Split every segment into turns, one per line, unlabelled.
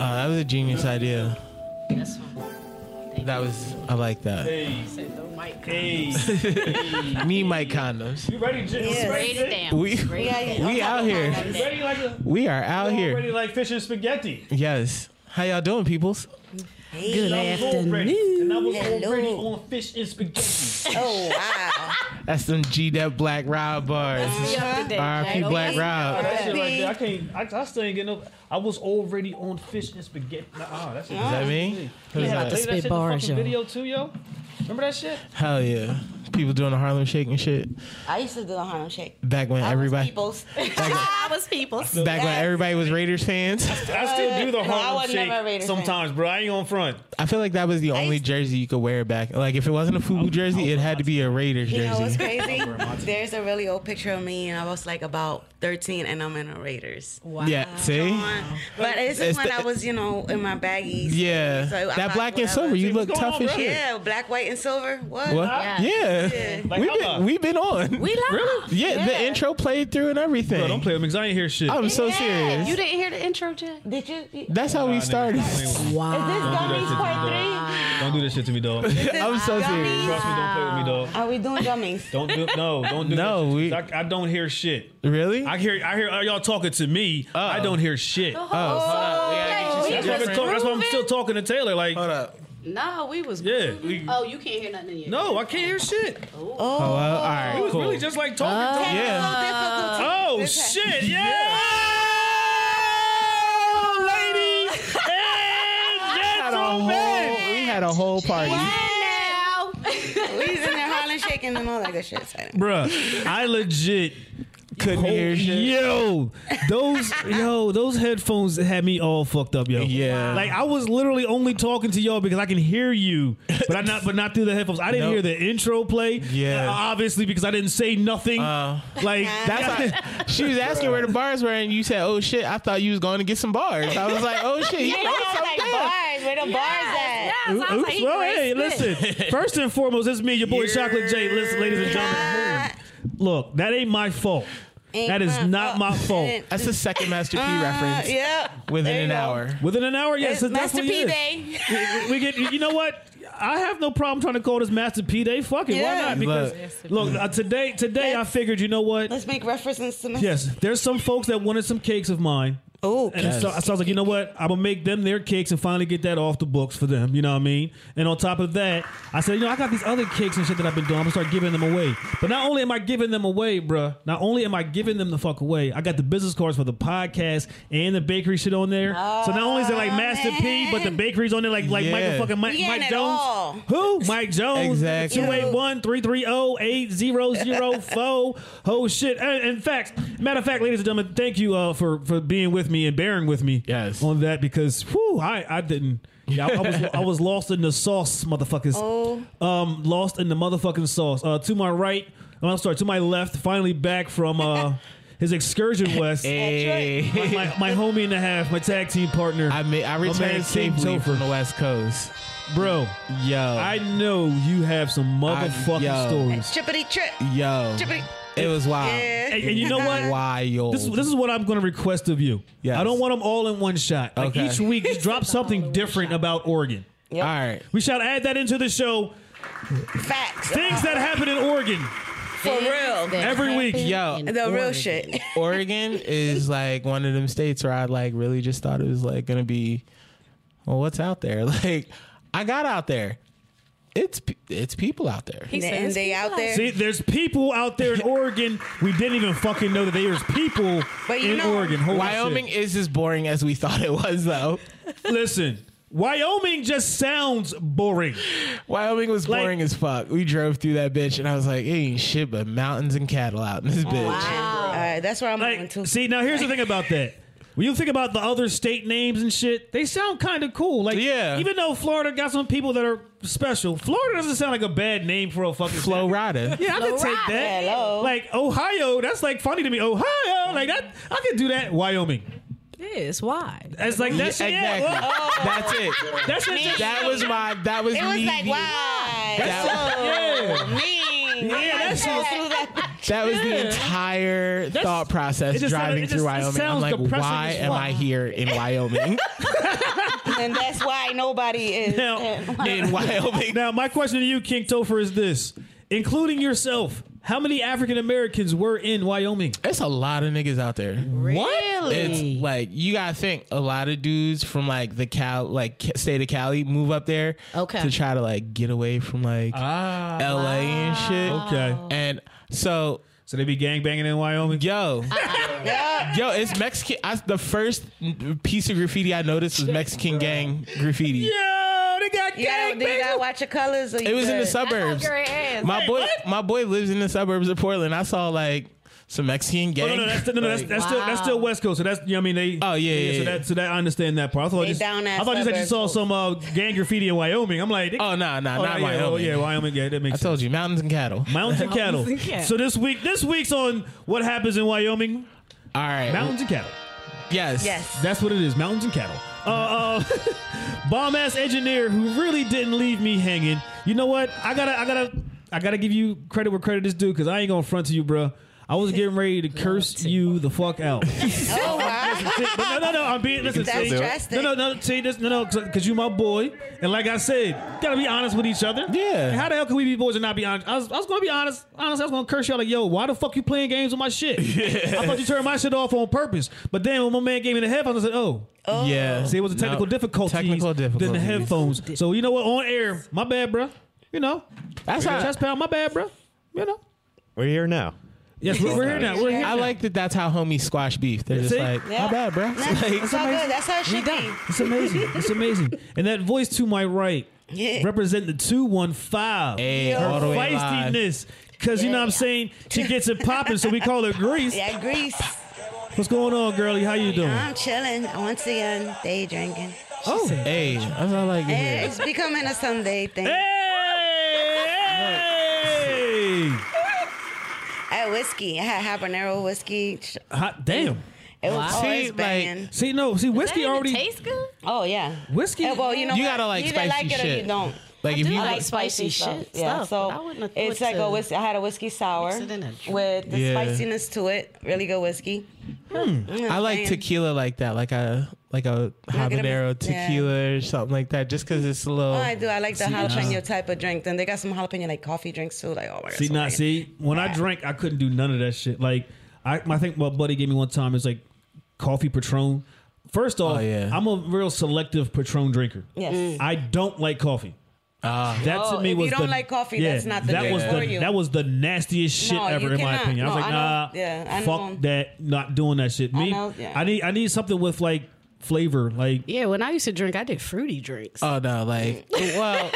Uh, was a genius idea.
This one. Thank
That
you.
was I like that.
Hey,
Said no mic.
hey,
Me, Mike condoms.
you ready, Jim?
Yes.
You ready,
Braid it
Jim?
down.
We-
Braid it
Yeah, yeah.
down.
We out here.
Braid
You
it
ready
down.
like a,
We are out
you
here.
ready like fish and spaghetti?
Yes. How y'all doing, peoples?
Hey.
I was already, and I was
Hello.
already on fish and spaghetti.
Oh wow.
That's some G that Black Rob bars.
We up to date,
R.I.P.
Jack.
Black
Oh,
Rob.
that shit right
Happy.
there. I can't. I, I still ain't getting up. I was already on fish and spaghetti. Nah, ah, that shit.
Is that me?
Yeah,
Who's
that
that?
shit in the
spit bars,
fucking
yo.
Video too, yo. Remember that shit?
Hell yeah. People doing the Harlem Shake and shit.
I used to do the Harlem Shake.
Back when
I was
everybody
people's.
I was people.
back when everybody was Raiders fans.
Uh, I still do the
no, I
Harlem
wasn't never a
Shake
Raiders fan.
sometimes, bro. I ain't on front.
I feel like that was the only
used-
jersey you could wear back. Like if it wasn't a FUBU jersey, it had to be a Raiders
You know what's
jersey.
crazy? There's a really old picture of me, and I was like about 13, and I'm in a Raiders.
Wow.
Yeah, see?
But this
It's
is when
the-
I was, you know, in my baggies.
Yeah.
So I
that
rock
black and
whatever.
silver, you
See, what's
look
going
tough
on,
as
bro?
shit.
Yeah, black, white, and silver. What?
What?
Yeah.
Yeah.
Like,
we've,
how about-
been, we've been on.
We live. Really?
yeah, the intro played through and everything.
Bro, don't play with me because I ain't hear shit.
I'm so serious.
You didn't hear the intro, Jack?
Did you? you
That's how we started.
Wow.
Gummies part three.
Don't do this shit to me, dog.
I'm so serious.
Trust me, don't play with me, dog.
Are we doing gummies?
Don't do no, don't do
No,
that shit.
we-
I, I don't hear shit.
Really?
I hear I hear y'all talking to me.
Uh.
I don't hear shit.
Oh,
That's why, I've been talking- that's why I'm still talking to Taylor. Like,
Hold up.
No, we was.
Yeah.
grooving.
Uh.
Oh, you can't hear nothing yet.
no, I can't hear shit.
Hello. All right.
It was
cool.
really just like talking. to
yeah.
Difficult.
Oh shit! Yeah. Ladies and
had a whole,
gentlemen.
we had a whole party.
Now.
We was in there Harlem shaking and all that good shit. So.
Bruh, I legit
Couldn't hear shit.
Yo, those yo, those headphones had me all fucked up, yo.
Yeah.
like I was literally only talking to y'all because I can hear you, but I not but not through the headphones. I didn't
Nope.
hear the intro play.
Yeah.
uh, obviously because I didn't say nothing.
Uh.
like
That's why she was asking where the bars were, and you said, "Oh shit, I thought you was going to get some bars." I was like, "Oh shit, you know something."
bars, where the
Yes, yes, I was
Oops,
like, he
well, hey,
graced it.
listen. First and foremost, it's me, your boy Chocolate J. Listen, ladies and gentlemen, look, that ain't my fault.
Ain't
that is
my
not
fault.
my fault.
Ain't-
That's the second Master P
Uh,
reference
Yep.
within
there you
an
go.
hour.
Within an hour, yes, it
Master
definitely
P
is.
Day.
we get you know what I have no problem trying to call this Master P Day. Fuck it,
Yeah.
why not? Because look, uh, today today I figured you know what?
Let's make references to Master
Yes, there's some folks that wanted some cakes of mine.
Oh,
And so, so I was like, you know what? I'm gonna make them their cakes and finally get that off the books for them. You know what I mean? And on top of that, I said, you know, I got these other cakes and shit that I've been doing. I'm gonna start giving them away. But not only am I giving them away, bruh, not only am I giving them the fuck away, I got the business cards for the podcast and the bakery shit on there. so not only is it like Master P, but the bakery's on there like like
Yeah.
Michael fucking
Oh,
Mike,
You getting
Mike
it
Jones.
all.
Who? Mike Jones.
Exactly.
281 330 8004. Oh, shit. And, in fact, matter of fact, ladies and gentlemen, thank you uh, for, for being with me and bearing with me
Yes.
on that because, whew, I, I didn't. Yeah, I, I was, I was lost in the sauce, motherfuckers.
Oh.
Um, lost in the motherfucking sauce. Uh, to my right, oh, I'm sorry, to my left, finally back from uh, his excursion west.
Hey,
My, my, my homie and a half, my tag team partner,
I mean, I
man,
returned
King
safely
Topher.
from the West Coast.
bro.
Yo,
I know you have some
I-
motherfucking
yo.
stories.
Trippity trip.
yo,
Trippity.
it was wild.
Yeah.
And, and you know what?
Wild.
This, this is what I'm going to request of you.
Yes.
I don't want them all in one shot. Like
Okay.
each week, just drop something different about Oregon.
All right.
We shall add that into the show.
Facts.
Things that happen in Oregon
For real.
every week.
Yo,
In
The real
Oregon.
shit.
Oregon is like one of them states where I like really just thought it was like gonna be, well, what's out there? Like, I got out there. It's pe- it's people out there.
He said,
And they out there.
See, there's people out there in Oregon. We didn't even fucking know that there's people
But you
in
know-
Oregon. Holy
Wyoming
shit.
is as boring as we thought it was, though.
Listen, Wyoming just sounds boring.
Wyoming was
Like-
boring as fuck. We drove through that bitch, and I was like, it ain't shit but mountains and cattle out in this bitch.
All right, that's where I'm going
Like,
to.
see, now here's the thing about that. When you think about the other state names and shit, they sound kind of cool. Like,
Yeah.
even though Florida got some people that are special, Florida doesn't sound like a bad name for a fucking state.
Florida.
Yeah, I could take that.
Hello.
Like Ohio, that's like funny to me. Ohio, like that, I could do that. Wyoming,
Yes, why?
that's like that's
exactly.
Yeah, well,
That's it.
that's it. just-
That was my. That was
It was
me.
like, why?
That-
so mean.
Yeah, that's-
That was the entire
That's-
thought
it
process
just
driving
sounded- it
through
just- it
Wyoming. I'm
sounds
like,
depressing
why
as
am
fuck.
I here in Wyoming?
and that's why nobody is.
Now-
in Wyoming.
Now, my question to you, King Topher, is this: including yourself, how many African Americans were in Wyoming?
It's a lot of niggas out there.
Really?
It's like you gotta think a lot of dudes from like the Cal, like Ca- state of Cali, move up there,
Okay.
to try to like get away from like
Ah,
L.A. and shit.
okay.
And so,
So they be gang banging in Wyoming.
yo, yo, it's Mexican. I, the first piece of graffiti I noticed was Mexican gang graffiti.
Yo, they got
Yeah, do you gotta watch your colors. Or you
It was in the
good?
suburbs. My boy, my boy lives in the suburbs of Portland. I saw like some Mexican gang.
Oh, no, no, that's, no, no, that's,
like-
that's still that's still West Coast. So that's you know, what I mean they.
Oh, yeah, yeah,
So
yeah.
that so that I understand that part. I thought
They
just,
down
I
that
thought you said you
suburb
saw
folks.
some uh, gang graffiti in Wyoming. I'm like, they-
oh no, no,
oh,
not
yeah, Oh
Wyoming.
yeah, Wyoming. Yeah, that makes.
I
sense.
told you, mountains and cattle.
Mountains and cattle.
Mountains and cattle.
So this week, this week's on what happens in Wyoming.
All right,
Mountains and cattle.
Yes.
Yes.
That's what it is. Mountains and cattle. Uh, uh, bomb ass engineer who really didn't leave me hanging. You know what? I gotta, I gotta, I gotta give you credit where credit is due because I ain't gonna front to you, bruh. I was getting ready to curse you the fuck out.
Oh wow.
See, but no, no, no. I'm being. Listen,
That's
see, No,
drastic.
no, no. See, this, no, no, because you my boy, and like I said, gotta be honest with each other.
Yeah.
And how the hell can we be boys and not be honest? I was, I was gonna be honest. Honest, I was gonna curse y'all like, yo, why the fuck you playing games with my shit? I thought you turned my shit off on purpose. But then when my man gave me the headphones, I said, oh.
Yeah.
See, it was a technical
No,
difficulty.
Technical
Than the
difficulty.
headphones. So you know what? On air, my bad, bro. You know,
That's how.
chest pound, my bad, bro. You know.
We're here now.
Yes, we're, we're here now. We're here. now.
I like that. That's how homies squash beef. They're just
See?
like,
Yeah.
not bad, bro.
Nah, it's all good. That's how it should be.
It's amazing. It's amazing. And that voice to my right
Yeah.
represent the 215.
Hey,
Her
all the way live.
feistiness. Because, you know what I'm saying? She gets it popping, so we call her Grease.
Yeah, Greece.
What's going on, girlie? How you doing?
I'm chilling once again. Day drinking.
Oh, hey, that's what I like to
Eh,
hear.
It's becoming a Sunday thing.
Hey!
I had whiskey. I had habanero whiskey. Sh-
Hot damn.
It was
Wow.
always
See, like-
banging.
See, no, see, whiskey already.
taste good?
oh yeah.
Whiskey.
Eh, well, you know
You
what?
gotta like
you either
spicy
like it or
shit.
you don't.
Like if
do
you
like
I
like,
spicy shit
Yeah,
stuff,
so
but I wouldn't have
it's
thought
like
to
a whiskey. I had a whiskey sour
mix it in a drink.
with the
Yeah. Hmm.
spiciness to it. Really good whiskey. Mm,
I like
man.
tequila like that, like a like a
Like it-
habanero
yeah.
tequila or something like that, just because it's a little.
Oh, I do. I like the jalapeno type of drink. Then they got some jalapeno like coffee drinks too. Like oh my god.
See,
so
not
banging.
see. When I drank, I couldn't do none of that shit. Like, I, I think my buddy gave me one time. It's like coffee Patron. First off,
Oh, yeah.
I'm a real selective Patron drinker.
Yes. Mm.
I don't like coffee.
Ah.
that to
Oh,
me
if you
was
don't
the-
like coffee, that's not the
that
drink
was
for
the,
you.
That was the nastiest shit
No,
ever,
you
in my
cannot.
opinion. I
No,
was like,
I know.
nah,
Yeah, I know.
fuck that. Not doing that shit. Me, I,
know, yeah.
need, I need something with like flavor. Like,
Yeah, when I used to drink, I did fruity drinks.
Uh,
Oh no, like well,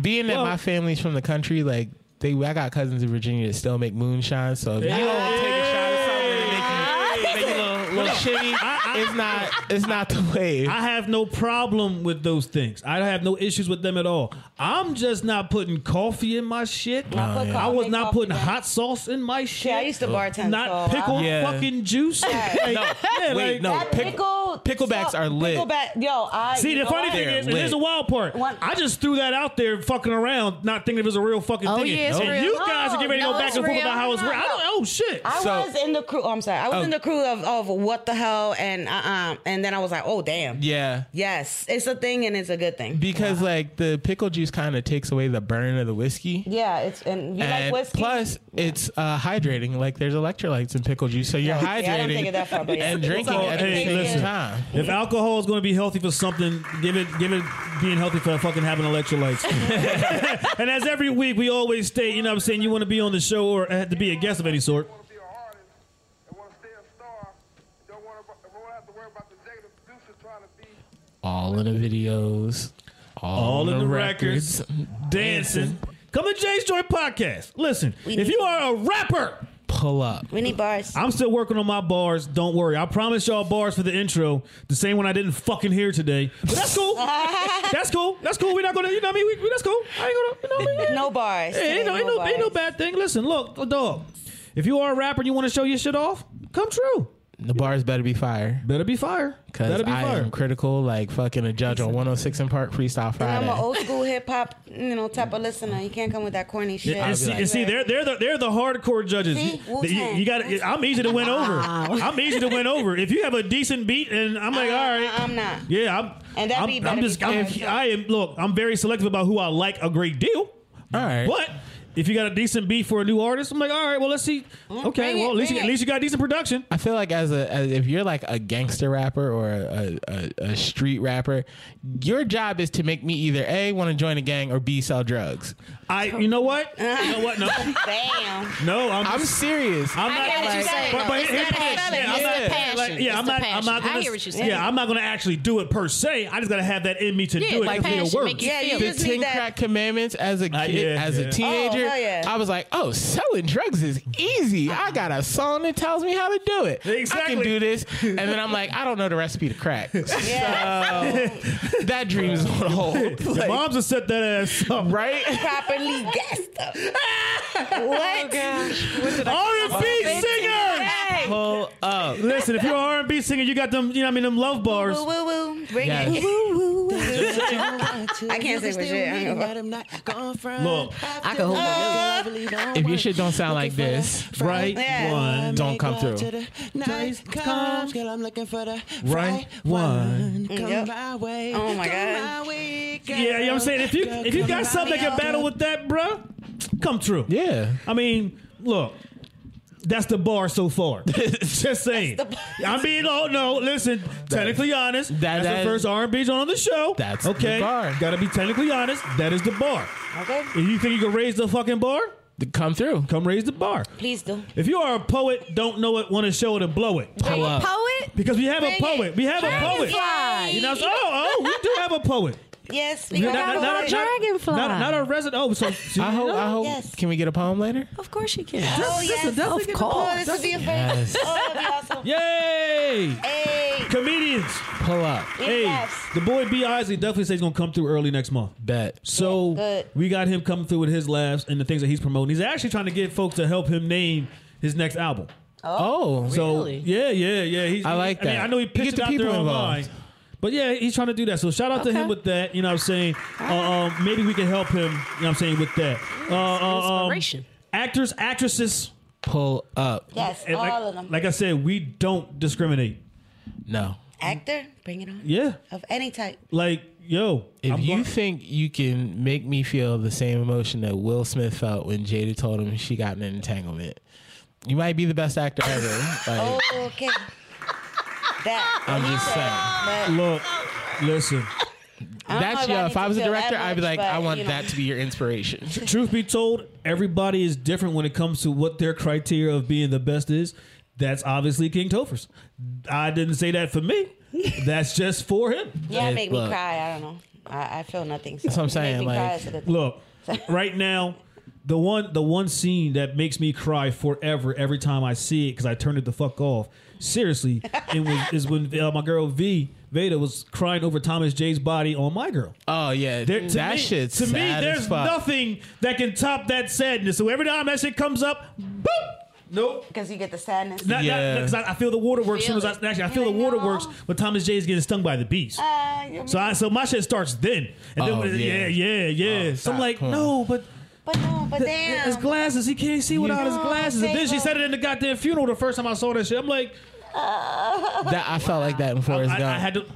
being that my family's from the country, like they, I got cousins in Virginia that still make moonshine. So if you don't take a shot of something that make you, make you a little, little shitty, it's not it's not the way.
I have no problem with those things. I have no issues with them at all. I'm just not putting coffee in my shit.
put yeah.
I was
coffee-
not
coffee
putting
down.
hot sauce in my shit.
Yeah, I used to bartend.
not
so I-
pickled
Yeah.
fucking juice. Like, yeah,
wait,
like-
no.
That
Pick-
pickle,
picklebacks are lit.
Pickleback, yo, I
See,
you
the
know
funny
what?
thing
They're
is, and
lit.
here's the wild part.
One-
I just threw that out there, fucking around, not thinking it was a real fucking
Oh,
thing.
yeah, it's
and
real.
you guys are getting ready to
No,
go back
it's
and forth
real.
about how it's real. I don't, oh shit.
I
So-
was in the crew. Oh, I'm sorry. I was
Oh.
in the crew of, of what the hell, and uh, uh and then I was like, oh damn.
yeah.
Yes, it's a thing, and it's a good thing.
Because like the pickle juice kind of takes away the burn of the whiskey.
yeah, it's and you like
And
whiskey.
plus, it's uh, hydrating. Like there's electrolytes in pickle juice, so you're
Yeah,
hydrating
see, I don't take it that far, but yeah.
and drinking
So,
at the
hey,
same
listen.
time.
if alcohol is going to be healthy for something, give it, give it being healthy for fucking having electrolytes. and as every week, we always state, you know what I'm saying, you want to be on the show or have to be a guest of any sort.
want to be an artist and want to stay a star. Don't want to don't have to worry about the negative producer trying to be.
All in the videos, all,
all in the records, dancing. Come to Jay's Joy Podcast. Listen, if you are a rapper,
Pull up.
we need bars.
I'm still working on my bars. Don't worry. I promise y'all bars for the intro. The same one I didn't fucking hear today. But that's cool. that's cool. That's cool. We're not gonna. You know what I mean? We, we- that's cool. I ain't gonna. You know what I mean?
No bars.
Hey, ain't no, ain't no, ain't no bad thing. Listen, look, dog. If you are a rapper and you want to show your shit off, come true.
The bars better be fire.
Better be fire.
Cause
Better be
I
fire.
am critical, like fucking a judge on 106 in Park Freestyle
And I'm
Friday.
an old school hip hop, you know, type of listener. You can't come with that corny shit.
And see, and see, they're they're the they're the hardcore judges.
See?
You- You,
Wu-Tang.
got. I'm easy to win over. I'm easy to win over. If you have a decent beat, and I'm like, all right,
I- Uh, I'm not.
Yeah, I'm.
Uh-huh. And that
I'm,
beat
I'm
better
just.
be
I'm,
fire, so-
I am. Look, I'm very selective about who I like a great deal.
All right.
But if you got a decent beat for a new artist, I'm like, all right, well, let's see. Okay,
Mm, bring
well,
it,
at least you,
bring
at
it.
least you got decent production.
I feel like as a as if you're like a gangster rapper or a, a, a street rapper, your job is to make me either a want to join a gang or b sell drugs.
I. You know what? You know what? No,
Damn.
no. I'm.
I'm serious.
I'm not.
I get what you're saying.
But, but
it's
here's
not
the thing.
passion.
Yeah, I'm
it's
not-
the passion.
like, yeah,
it's
I'm
the
not. I'm
passion.
not gonna,
I hear what you're saying.
Yeah, I'm not gonna actually do it per se. I just gotta have that in me to
Yeah,
do it.
like
because it'll
passion
work.
make you
Yeah, you
feel
the
just
Ten
need
Crack
that.
Commandments as a kid,
Uh, yeah,
as
yeah.
a teenager,
Oh, hell yeah.
I was like, oh, selling drugs is easy. I got a song that tells me how to do it. I
Exactly.
can do this. And then I'm like, I don't know the recipe to crack.
Yeah.
So that dream is on hold.
Your
Like,
moms have set that ass up.
right?
Properly gassed up. what?
R&B singer.
Pull up.
Listen, if you're an R&B singer, you got them. You know, what I mean, them love bars.
Woo woo woo. Bring
Yes.
it.
I
can't sing for shit. I don't know.
Look.
Look,
I can hold
If your shit don't sound like this,
Right
Yeah.
one.
don't come through.
Nice comes, girl, I'm looking for the
Right
right
one.
one.
Yep.
Come my way.
Oh my God.
Yeah, you know what I'm saying? If you if you got something that can battle with that, bruh, come true.
yeah.
I mean, look. That's the bar so far. Just saying. I mean, oh no, listen. technically honest,
that-
that's
that-
the first R&B joint on the show.
That's the
okay.
bar.
Gotta be technically honest. That is the bar.
Okay.
If you think you can raise the fucking bar,
Come through.
come raise the bar.
Please do.
If you are a poet, don't know it, want to show it, and blow it.
Pull up.
Poet?
Because we have a
Bring it.
poet. We have a poet.
Dragonfly.
You know, so, oh, oh, we do have a poet.
Yes. We
not-
got
not-
one.
not- dragonfly.
Not, not a resident. Oh, so, so
I hope. I hope.
Yes.
Can we get a poem later?
Of course you can.
Oh, yes.
Of
Oh,
course.
this would be a first.
Yes.
Oh, that'd be awesome.
Yay!
Hey.
Comedians.
Pull up.
Hey,
Yes.
the boy B. Isley definitely says he's gonna come through early next month.
Bet.
So
good.
we got him coming through with his laughs and the things that he's promoting. He's actually trying to get folks to help him name his next album.
Oh.
So
Really?
yeah, yeah, yeah. He's,
I like
I, mean,
that.
I know he
You
pitched
get the
it out there
people involved.
online, but yeah, he's trying to do that. So shout out to him
Okay.
with that. You know what I'm saying? Uh, um, maybe we can help him. You know what I'm saying with that. Uh, uh, um,
Inspiration.
actors, actresses.
pull up.
Yes.
and
all
like,
of them.
like I said, we don't discriminate.
No.
Actor, bring it on.
Yeah,
Of any type.
like yo,
If
I'm
you
going-
think you can make me feel the same emotion that Will Smith felt when Jada told him she got in an entanglement, you might be the best actor ever. Like,
Okay. That.
I'm just saying.
But
look, listen.
don't know
That's
if
your.
I
If
need
I
to
was a
feel that
director, I'd be
much,
like,
but,
I want
you know.
that to be your inspiration.
Truth be told, everybody is different when it comes to what their criteria of being the best is. That's obviously King Topher's. I didn't say that for me. That's just for him.
yeah,
Yes,
make me
look.
cry. I don't know. I, I feel nothing. So
That's what I'm
make
saying,
me cry
like,
is a good thing.
Look, right now, the one the one scene that makes me cry forever every time I see it because I turned it the fuck off. Seriously, it was, is when uh, my girl V Veda was crying over Thomas J's body on my girl.
Oh yeah,
There- to
that
me,
shit's
to me,
sad
there's
as fuck.
nothing that can top that sadness. So every time that shit comes up, boop, nope.
Because you get the sadness.
Not,
Yeah.
because I, I feel the waterworks.
Feel
soon as I,
it.
actually, I feel the waterworks when Thomas J is getting stung by the bees.
Uh, you-
so I, so my shit starts then. And
Oh,
then yeah,
yeah.
yeah, yeah.
Oh,
so I'm
stop.
like,
Come on.
no, but
but no, but
th-
damn.
his glasses. He can't see without his
No,
glasses. And then she
Jacob.
said it in the goddamn funeral. The first time I saw that shit, I'm like,
That I felt like that in
I,
Forrest Gump.
I had to.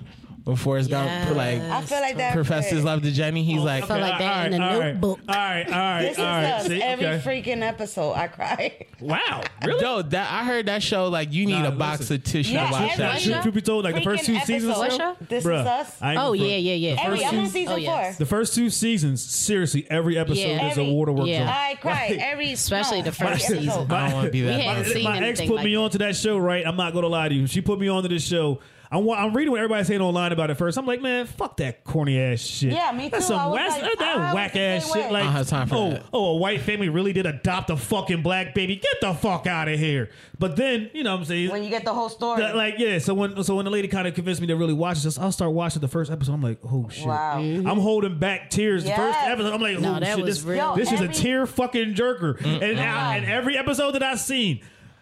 when Forrest Gump, like
I feel like that.
professors
for-
love to Jenny, he's
Oh,
like,
felt like that in the
all right,
notebook.
All right, all right,
This is
all right.
us.
See,
Every
okay.
freaking episode, I cry.
wow, really?
yo, that I heard that show like you need
Nah,
a box
listen.
of tissue
Yeah,
to watch
every-
that. shit.
Truth truth be told, like the first two
Freaking
seasons.
episode.
though,
This
bruh,
is us.
I ain't
Oh
gonna front.
yeah, yeah, yeah.
Every-
Every,
first
I'm on
season-
season
oh, yes.
The
four.
first two seasons, seriously, every episode
Yeah.
is a
Every-
waterworks.
yeah.
zone.
I cried
Like,
every.
Especially
no,
the first
every
season.
episode.
I don't want to be that.
We had
person.
seen
my ex
anything
put
like
me
that.
onto that show, right? I'm not gonna lie to you. She put me onto this show. I'm, wa- I'm reading what everybody's saying online about it first. I'm like, man, fuck that corny ass shit.
Yeah, me
That's
too.
some
I was
whack,
like,
that- that
I was
whack
the
ass
same
shit.
way.
Like,
I don't have time for
oh,
that.
oh, a white family really did adopt a fucking black baby. Get the fuck out of here. But then, you know, what I'm saying,
When you get the whole story.
that, like, yeah. So when so when the lady kind of convinced me to really watch this, I'll start watching the first episode. I'm like, oh shit.
Wow.
Mm-hmm.
I'm holding back tears. The first
Yes.
episode, I'm like, oh
No, that
shit,
was Mm-hmm.
this,
real.
this is a
Yo,
tear fucking jerker. And, I- and every episode that I've seen.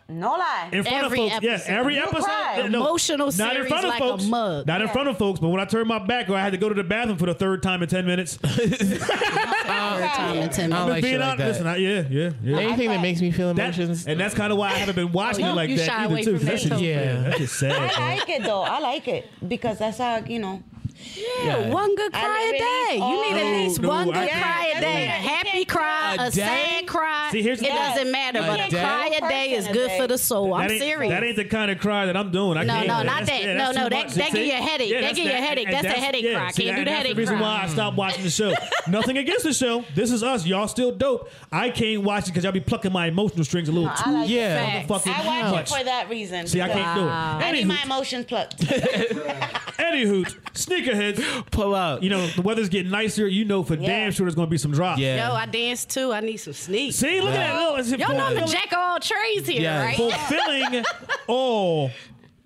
No lie.
in front
Every
of folks. Yes,
episode.
every
You
episode.
cried.
Emotional series like a
folks.
mug.
Not in
Yeah.
front of folks. But when I turned my back, or I had to go to the bathroom for the third time in ten minutes.
Third time in ten
I don't
minutes.
like shit
Being
like
honest,
that.
listen, I, yeah, yeah, yeah.
Anything that makes me feel
That-
emotions.
and that's kind of why I haven't been watching it
Oh, you-
like
you
that
shy
either
away
too.
from
That's
that,
just-
though.
Yeah.
that's just sad.
I like it though. I like it because that's how you know.
Yeah, one good
I
cry a
literally-
day. You need
No,
at least
no,
one good
I can't.
cry
Yeah,
a day. A
that's what it-
happy
you can't
cry,
cry.
a,
A day?
sad cry.
See, here's
it
the-
doesn't matter,
A
but a
day?
cry a day is
Person a
good
day.
for the soul.
That
I'm
ain't-
serious.
That ain't the kind of cry that I'm doing. I
No,
can't.
no,
That's-
not that.
yeah,
No,
that's
no,
too
that-
much.
that give
See?
you a headache.
Yeah,
That
that's
give you a
that-
headache.
and
That's a headache cry.
see,
Can't
that-
do the
that's
headache
the reason
cry.
why I stopped watching the show. Nothing against the show. This is us. Y'all still dope. I can't watch it because y'all be plucking my emotional strings a little
I
too
like it.
yeah.
Facts.
fucking
I watch
much.
it for that reason.
See, I
because
can't do it.
I need
Anywho.
my emotions plucked.
Anywho, sneakerheads,
Pull up.
you know the weather's getting nicer. You know for damn sure there's gonna be some drops.
Yeah.
Yo, I dance too. I need some sneaks.
See, look at that little. it's
Y'all know I'm the
fulfilling-
jack of all trades here,
Yeah.
right?
fulfilling all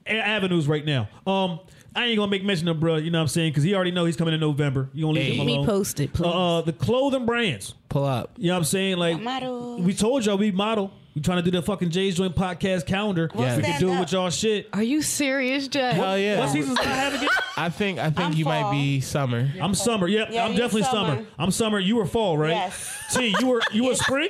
a- avenues right now. Um, I ain't gonna make mention of bruh, you know what I'm saying? Because he already know he's coming in November. You gonna leave
Hey.
him
Keep me
alone.
posted, please.
Uh, the clothing brands.
Pull up.
You know what I'm saying? Like
Models.
we told y'all we model. We trying to do the fucking Jay's Joint podcast calendar.
We'll
We can
stand
do it
up.
with y'all shit.
Are you serious, Jay?
Hell yeah.
What seasons I have again?
I think I think
I'm
you might
fall.
be summer.
I'm summer. Yep,
Yeah,
I'm
you
definitely summer.
summer.
I'm summer. You were fall, right?
Yes.
See, you were you were spring.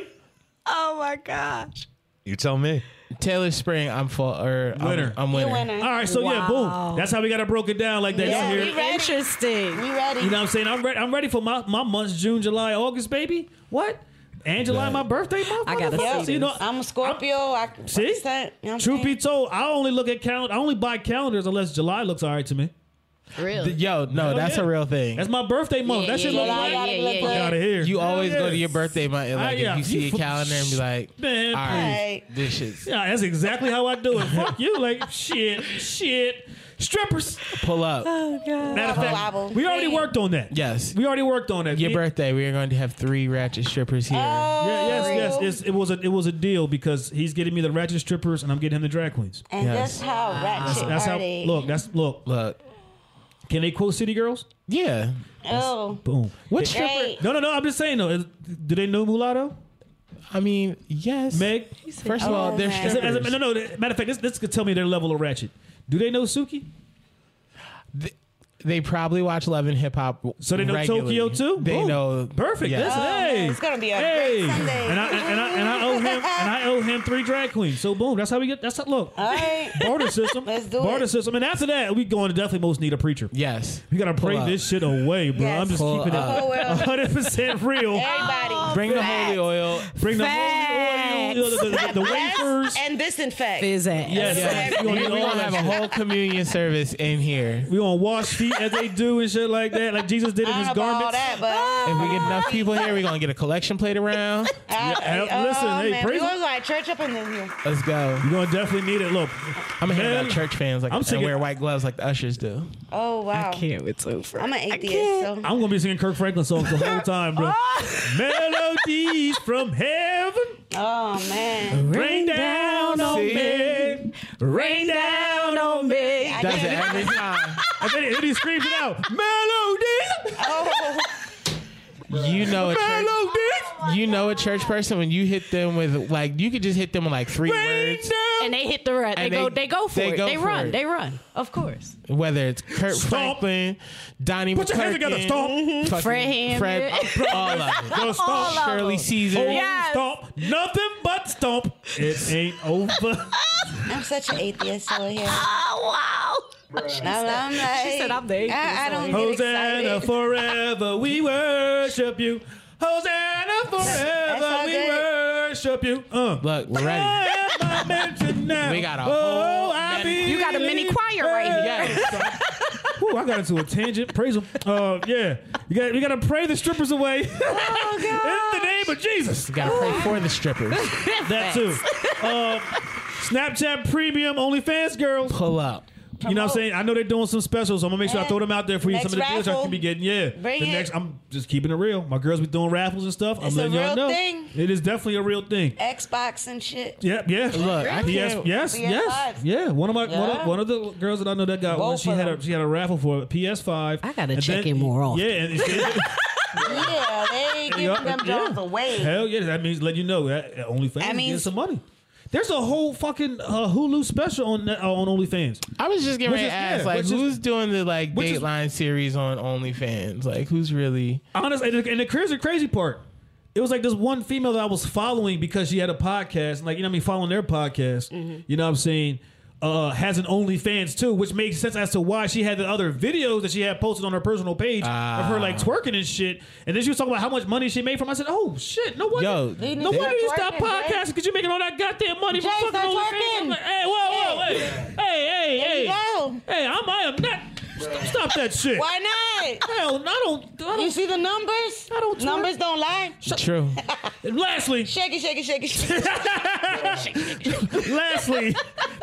oh my gosh.
You tell me.
Taylor spring. I'm fall or I'm-
Winter.
I'm,
You
winter.
winner.
All right, so yeah, boom. That's how we got it broken down like that.
Yeah,
You
we
hear-
ready.
Interesting.
We ready.
You know what I'm saying? I'm ready. I'm ready for my, my months, June, July, August, baby. What? And July, my birthday month.
I gotta
motherfucker.
see
You know,
I'm a Scorpio. i can
see.
That, you know what I'm
Truth be
saying?
told, I only look at calendar. I only buy calendars unless July looks all right to me.
Really?
Th- Yo, no,
Hell
that's
yeah.
a real thing.
That's my birthday month.
Yeah,
that shit
yeah,
look
yeah,
like
yeah, yeah,
Fuck
yeah.
out of here.
you always
Hell
go
yeah.
to your birthday month and
Ah,
like
yeah.
if you see
You
a
fu-
calendar and be like,
Man,
all right,
please.
this shit's
Yeah, that's exactly how I do it. Fuck you, like shit, shit. Strippers.
pull up.
Matter of fact,
Wobble, wobble.
we already worked on that.
Yes.
we already worked on that.
Your
Me-
birthday, we are going to have three ratchet strippers here.
Yeah, yes,
Oh.
yes. It's, it was a it was a deal because he's getting me the ratchet strippers and I'm getting him the drag queens.
And
Yes.
that's how ratchet
That's
are
how.
they.
Look, that's look.
Look,
Can they quote City Girls?
yeah.
Oh,
Boom.
What stripper?
great.
No, no, no. I'm just saying though. is- Do they know mulatto?
I mean, yes.
Meg.
First of all, they're
As a- as a-
strippers.
no, no. th- Matter of fact, this this could tell me their level of ratchet. Do they know Suki?
They probably watch Love and Hip Hop.
So they know
regularly.
Tokyo too.
They
Boom.
know
Perfect.
Yes.
That's hey.
Oh, it's gonna be a
hey.
great Sunday.
And I and I, and I owe him and I owe him three drag queens. So boom. That's how we get. That's how, look.
all right.
Barter system.
Uh, Let's do
Barter
it.
system. And after that, we going to definitely most need a preacher.
Yes.
We gotta pray
up.
this shit away, bro.
Yes.
I'm just
Pull
keeping
up.
Oh,
it
well.
100 percent real.
Everybody.
Bring the holy oil.
Bring the holy oil, the, the, the, the wafers.
Yes, and disinfect.
Fizz ass.
Yes,
Yes.
we gonna,
We're
need all
going to
that
have a
shit.
whole communion service in here.
We gonna wash feet as they do and shit like that, like Jesus did in
I
his
don't know about all
garments.
that, but
If we get enough people here, we're going to get a collection plate around.
I,
Yeah, listen,
oh,
hey,
man,
praise
we gonna go to church up in this here.
Let's go.
You're gonna definitely need it. Look,
I'm going to hand
Man,
out church fans like
I'm
and
singing-
wear white gloves like the ushers do.
Oh wow,
Can't, it's over.
I'm an atheist. So.
I'm gonna be singing Kirk Franklin songs the whole time, bro. Melodies from heaven
Oh man,
rain down on
See?
me, rain down on me.
I
Does it
can't-
every time.
And then, he- then he screams it out, melodies,
Oh,
You know a church,
melodies.
you know a church person when you hit them with like you could just hit them with like three
Rain
words,
down.
and they hit the run. They,
And
go.
they-
They go for
they
it.
go
they
for
run.
it.
They run. Of course.
whether it's Kurt
Stomp.
Franklin, Donnie
Put your hands together, stomp,
Fucking
Fred Hammond.
Fred, all of it.
go
All
stomp.
of
Shirley
them.
Caesar.
Oh,
Yes.
Stomp, nothing but stomp. It ain't over.
I'm such an atheist over here.
Oh wow.
I'm, I'm like,
She said I'm the atheist
I,
over
I don't
here.
get
Hosanna
excited.
forever, we worship you. Hosanna forever,
all
we
good.
worship you. Uh.
Look, we're ready.
Am I mentioned now?
We got a
oh,
whole
I
many-
You got a mini
believe-
choir right here.
Yes.
Whew, I got into a tangent. Praise him. Uh, yeah, you got we got to pray the strippers away.
Oh,
In the name of Jesus.
Gotta pray for the strippers.
That too. Uh, Snapchat Premium, OnlyFans girls.
Pull up.
You know what I'm saying? I know they're doing some specials, so I'm gonna make sure I
Yeah.
throw them out there for you.
Next
some of the deals I
raffle.
can be getting. Yeah.
Bring
the
it.
next I'm just keeping it real. My girls be doing raffles and stuff. I'm
It's a
letting y'all
real
know.
thing.
It is definitely a real thing.
Xbox and shit.
Yep, yeah.
Look, I
PS,
can't.
yes,
PS5.
yes, yeah. One of my one, of,
Yeah.
one of the girls that I know that got one.
Both
She
of
had a
them.
she had a raffle for a PS5.
I gotta
And
check in more often.
Yeah, and she-
Yeah, they
Yeah,
give them
yeah.
drugs away.
hell yeah. That means let you know that that OnlyFans
That
is getting
means-
some money. There's a whole fucking uh, Hulu special on uh, on OnlyFans.
I was just getting
Which
ready to
is-
ask,
yeah,
like,
which is-
who's doing the like
which is-
Dateline series on OnlyFans? Like, who's really?
Honestly, and, the- and the here's the crazy part. It was like this one female that I was following because she had a podcast, and like you know, what I mean, following their podcast. You know what I'm saying? Uh, has an OnlyFans too, which makes sense as to why she had the other videos that she had posted on her personal page of her like twerking and shit. And then she was talking about how much money she made from. I said, "Oh shit, no wonder,
Yo, They
no
need
wonder
to
you stop
start twerking, Jay.
podcasting because you're making all that goddamn money
Jay,
from fucking
start
OnlyFans." I'm
twerking.
like, hey, whoa, whoa, hey, hey, hey,
There
hey,
you go.
hey, I'm, I am not. Stop, stop that shit.
Why not?
Hell, no, I don't. I
You
don't
see the numbers?
I don't twerk.
Numbers don't lie.
True.
and lastly,
Shake it, shake it, shake it, shake it.
lastly,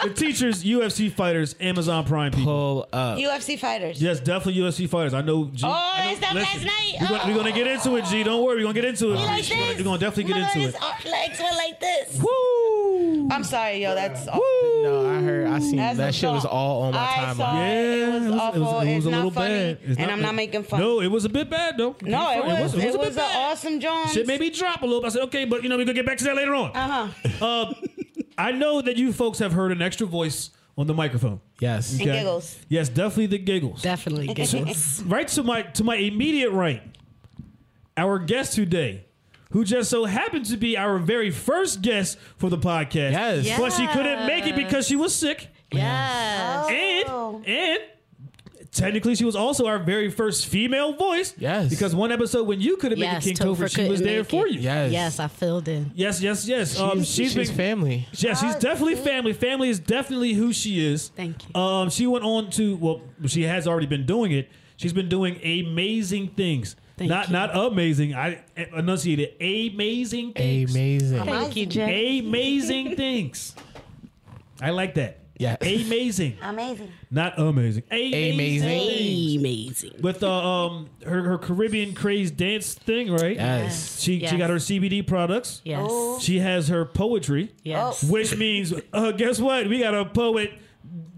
the teachers, UFC fighters, Amazon Prime people.
Pull up.
UFC fighters.
Yes, definitely UFC fighters. I know. G,
Oh,
I know-
it's them last night.
We're gonna, we're gonna get into it, G. Don't worry, we're gonna get into it.
You like
We're
this?
gonna definitely
My
get into
his
it.
arch legs went like this.
Woo!
I'm sorry, yo. That's awful.
No, I heard. I seen
That's
that
a
shit was
thought.
all on my
I saw
timeline.
Oh, it.
Yeah,
It was awful. It's not funny,
It's
and I'm not making fun.
No, it was a bit bad though.
No, it was. It was,
a bit
an
bad.
awesome Jones.
Shit made me drop a little. But I said, okay, but you know we're gonna get back to that later on.
Uh huh.
Uh, I know that you folks have heard an extra voice on the microphone.
Yes.
And giggles.
Yes, definitely the giggles.
Definitely giggles.
right to my to my immediate right, our guest today, who just so happened to be our very first guest for the podcast.
Yes.
But she couldn't make it because she was sick.
Oh.
Yes.
And and technically she was also our very first female voice.
Yes.
Because one episode when you couldn't
Yes,
make it, King
Topher
Topher, she was
couldn't
there
make
for
it.
you.
Yes.
Yes, I filled in.
Yes, yes, yes. Um,
She's,
she's
she's
been
family.
yeah, she's definitely family. Family is definitely who she is.
Thank you.
Um, she went on to well, she has already been doing it. She's been doing amazing things.
Thank
not
you.
not amazing. I enunciated amazing things.
Amazing.
Thank you, Jay.
Amazing things. I like that.
Yes.
Amazing.
Amazing.
Not amazing. Amazing.
Amazing.
things.
Amazing.
With uh, um her, her Caribbean craze dance thing, right?
Yes.
She
Yes.
she got her CBD products.
Yes.
Oh.
She has her poetry.
Yes.
Oh.
Which means, uh, guess what? We got a poet,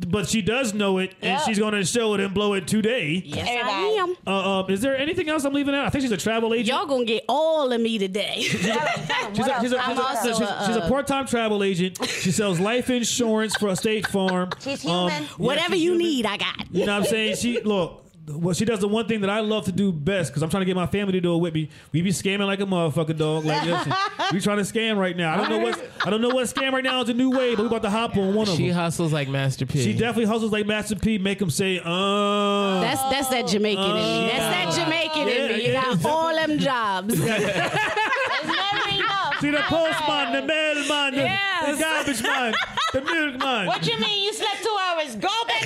but she does know it, and
Yeah.
she's going to show it and blow it today.
Yes,
Everybody.
I am.
Uh, um, is there anything else I'm leaving out? I think she's a travel agent.
Y'all gonna get all of me today.
She's a, she's a-
I'm
she's a-
also
she's a-
a,
she's a
uh,
part-time travel agent. She sells life insurance for a State Farm. Um,
She's human.
Whatever
she's
you
human.
need, I got.
You know what I'm saying? She look. Well, she does the one thing that I love to do best because I'm trying to get my family to do it with me. We be scamming like a motherfucker, dog. Like listen, we trying to scam right now. I don't know what's I don't know what scam right now is a new way, but we about to hop on one of
She
them.
hustles like Master P.
She definitely hustles like Master P. Make him say, "Uh."
That's that's that Jamaican in me. That's that Jamaican in me. You
Yeah,
got all them jobs.
See the postman, the mailman, the,
Yes.
the garbage man, the milk man.
What you mean? You slept two hours. Go back.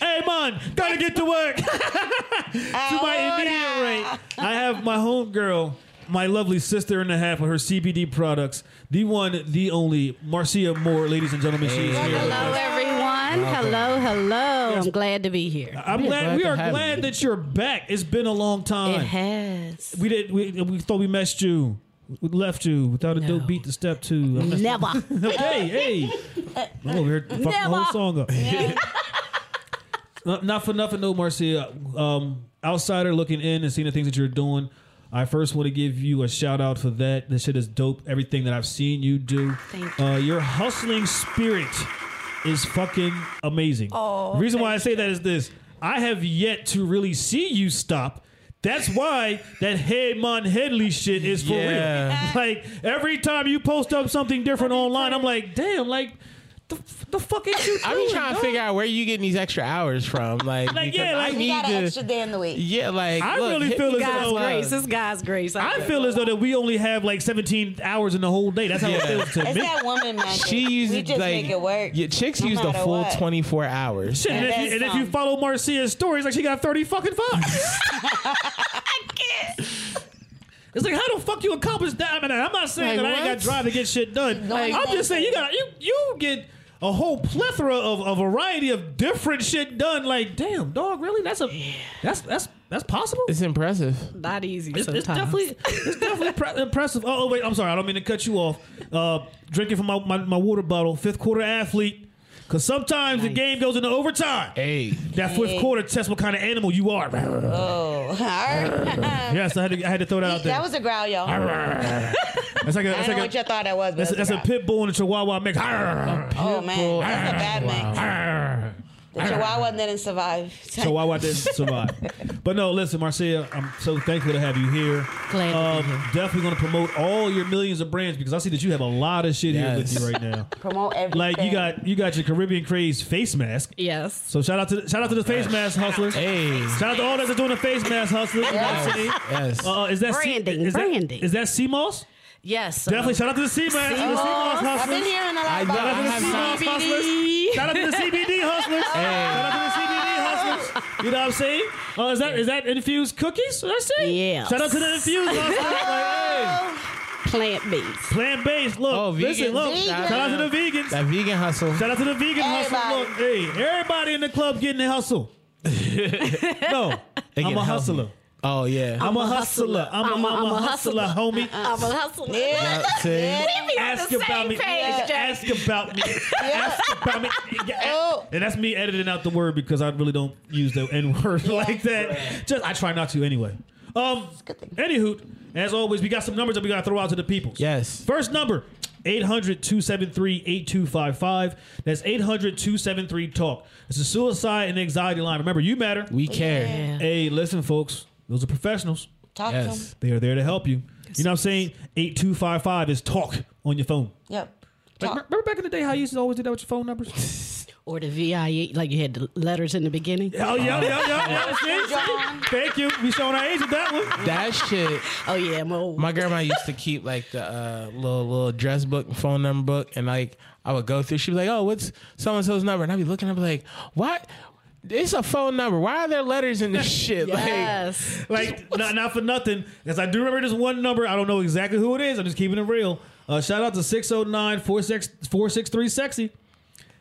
Hey man, gotta get to work. to my immediate right, I have my homegirl, my lovely sister and a half with her CBD products. The one, the only, Marcia Moore, ladies and gentlemen. She is here.
Hello, everyone. Hello, hello. I'm glad to be here.
I'm glad
glad
we
to
are
have
glad
you.
that you're back. It's been a long
It
time.
has
we did. We, we thought we messed you. We left you without a dope beat to step to. I'm
never.
Okay, hey. I'm over here fucking the whole
Never.
song up. Not- Not for nothing, though, Marcia. Um, outsider looking in and seeing the things that you're doing, I first want to give you a shout out for that. This shit is dope. Everything that I've seen you do.
Thank
Uh, your hustling spirit is fucking amazing. Oh, the reason why I say that is this I have yet to really see you stop. That's why that Hey Mon Headley shit is for
Yeah.
real. Like every time you post up something different online, I'm like, damn, like the, f- the fuck is you?
I be
doing,
trying to
dog?
figure out where you getting these extra hours from. Like,
Like,
because
yeah, like-
I
You
need
got an
to.
extra day in the week.
Yeah, like
I
look,
really
hit
feel
me
as
guys
God's
though-
up.
grace. It's God's grace.
I feel as though that we only have like 17 hours in the whole day. That's how it
Yeah.
feels to
It's
me.
that woman magic.
She uses
we just
like
make it work.
Yeah, chicks
no
use the
matter
full
what.
24 hours.
Shit, and, if you, and if you follow Marcia's stories, like she got 30 fucking five. It's like how the fuck you accomplish that? I mean, I'm not saying
Like,
that I ain't got
what?
drive to get shit done.
Like-
I'm just saying you got you you get a whole plethora of a variety of different shit done. Like, damn, dog, really? That's a that's that's that's possible.
It's impressive.
not easy
It's,
sometimes.
it's definitely it's definitely pre- impressive. Oh, oh, wait, I'm sorry, I don't mean to cut you off. Uh, drinking from my, my, my water bottle, fifth quarter athlete. Cause sometimes the game goes into overtime.
Hey,
Uh,
That fifth quarter tests what kind of animal you are.
Oh, All right.
Yes, I had to, I had to throw that out there.
That was a growl, y'all. I
that's like a, that's
don't know
like
what
a,
y'all thought that was, but
that's, a, that's
that's a
a
growl.
pit bull and a chihuahua mix.
Oh, man. That's a bad
Wow.
mix. The chihuahua didn't survive.
Chihuahua didn't survive. But no, listen, Marcia, I'm so thankful to have you here. Um,
Glad to be
Definitely going to promote all your millions of brands because I see that you have a lot of shit here with
Yes.
you right now.
Promote everything.
Like you got you got your Caribbean craze face mask.
Yes.
So shout out to the, shout out to the face mask hustlers.
Hey.
Shout out to all that's doing the face mask hustlers. You know what I'm saying?
Yes.
Uh, is that C-
Branding,
is
branding.
That, is that CMOS?
Yes.
Definitely. Shout out to the CMOS. The CMOS
I've been
hustlers.
hearing a
I
lot
know.
about
I
Shout out to the
have
CMOS hustlers. Shout out to the CBD hustlers. Shout out to the CBD hustlers. You know what I'm saying? Oh, is that is that infused cookies? Did I say?
Yeah.
Shout out to the infused hustlers. Like, hey,
Plant based.
plant based. Look,
Oh,
listen,
vegans.
look. Shout out to the vegans.
that vegan hustle.
Shout out to the vegan hustle. Look, hey, everybody in the club getting the hustle. no,
They
I'm
getting
a
healthy.
hustler.
Oh yeah.
I'm a hustler. I'm a, I'm a, hustler, homie.
I'm a hustler.
Yeah, see?
ask about me. Ask about me. Ask about me.
Oh.
And that's me editing out the word because I really don't use the N word like that. Just I try not to anyway. Um. Anywho, as always, we got some numbers that we got to throw out to the people.
Yes.
First number. 800-273-8255. That's 800-273-TALK. It's a suicide and anxiety line. Remember, you matter.
We care.
Hey, listen, folks. Those are professionals.
Talk to him.
Yes.
They are there to help you. You know what I'm saying? 8255 is talk on your phone.
Yep.
Like,
Talk.
remember back in the day how you used to always do that with your phone numbers?
Or the VIE, like you had the letters in the beginning.
oh, yeah, yeah, yeah. yeah. see, see? Thank you. We showing our age with that one.
That shit.
Oh, yeah. I'm old.
My grandma used to keep like the uh, little little address book, phone number book, and like I would go through. She'd be like, "Oh, what's so and so's number?" And I'd be looking. I'd be like, "What? It's a phone number. Why are there letters in this shit?"
yes.
Like, not, not for nothing, because I do remember this one number. I don't know exactly who it is. I'm just keeping it real. Uh, shout out to 609 463 Sexy.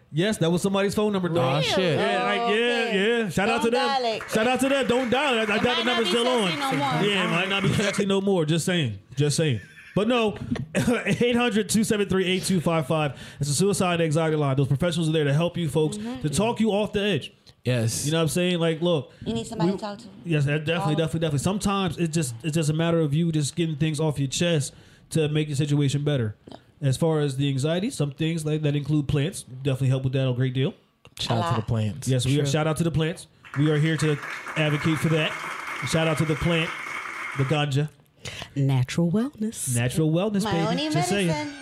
Yes, that was somebody's phone number,
Like, oh
dog.
shit.
Yeah, like, yeah,
Okay.
yeah. Shout out to
Don't
them.
dial it.
Shout out to them. Don't dial it. I, I doubt
might
the
not
number's
be
still
sexy
on.
no more.
Yeah, it might not be sexy no more. Just saying. Just saying. But no, 800-273-8255. It's a suicide anxiety line. Those professionals are there to help you, folks,
Mm-hmm.
to talk you off the edge.
Yes.
You know what I'm saying? Like, look.
You need somebody to talk to.
Yes, that definitely,
Oh.
definitely, definitely. Sometimes it's just it's just a matter of you just getting things off your chest to make your situation better. As far as the anxiety, some things like that include plants definitely help with that a great deal.
shout out to the plants.
Yes, we are.
Sure.
Shout out to the plants. We are here to advocate for that. Shout out to the plant, the ganja,
Natural wellness.
natural wellness.
My
baby.
only
Just saying.
medicine.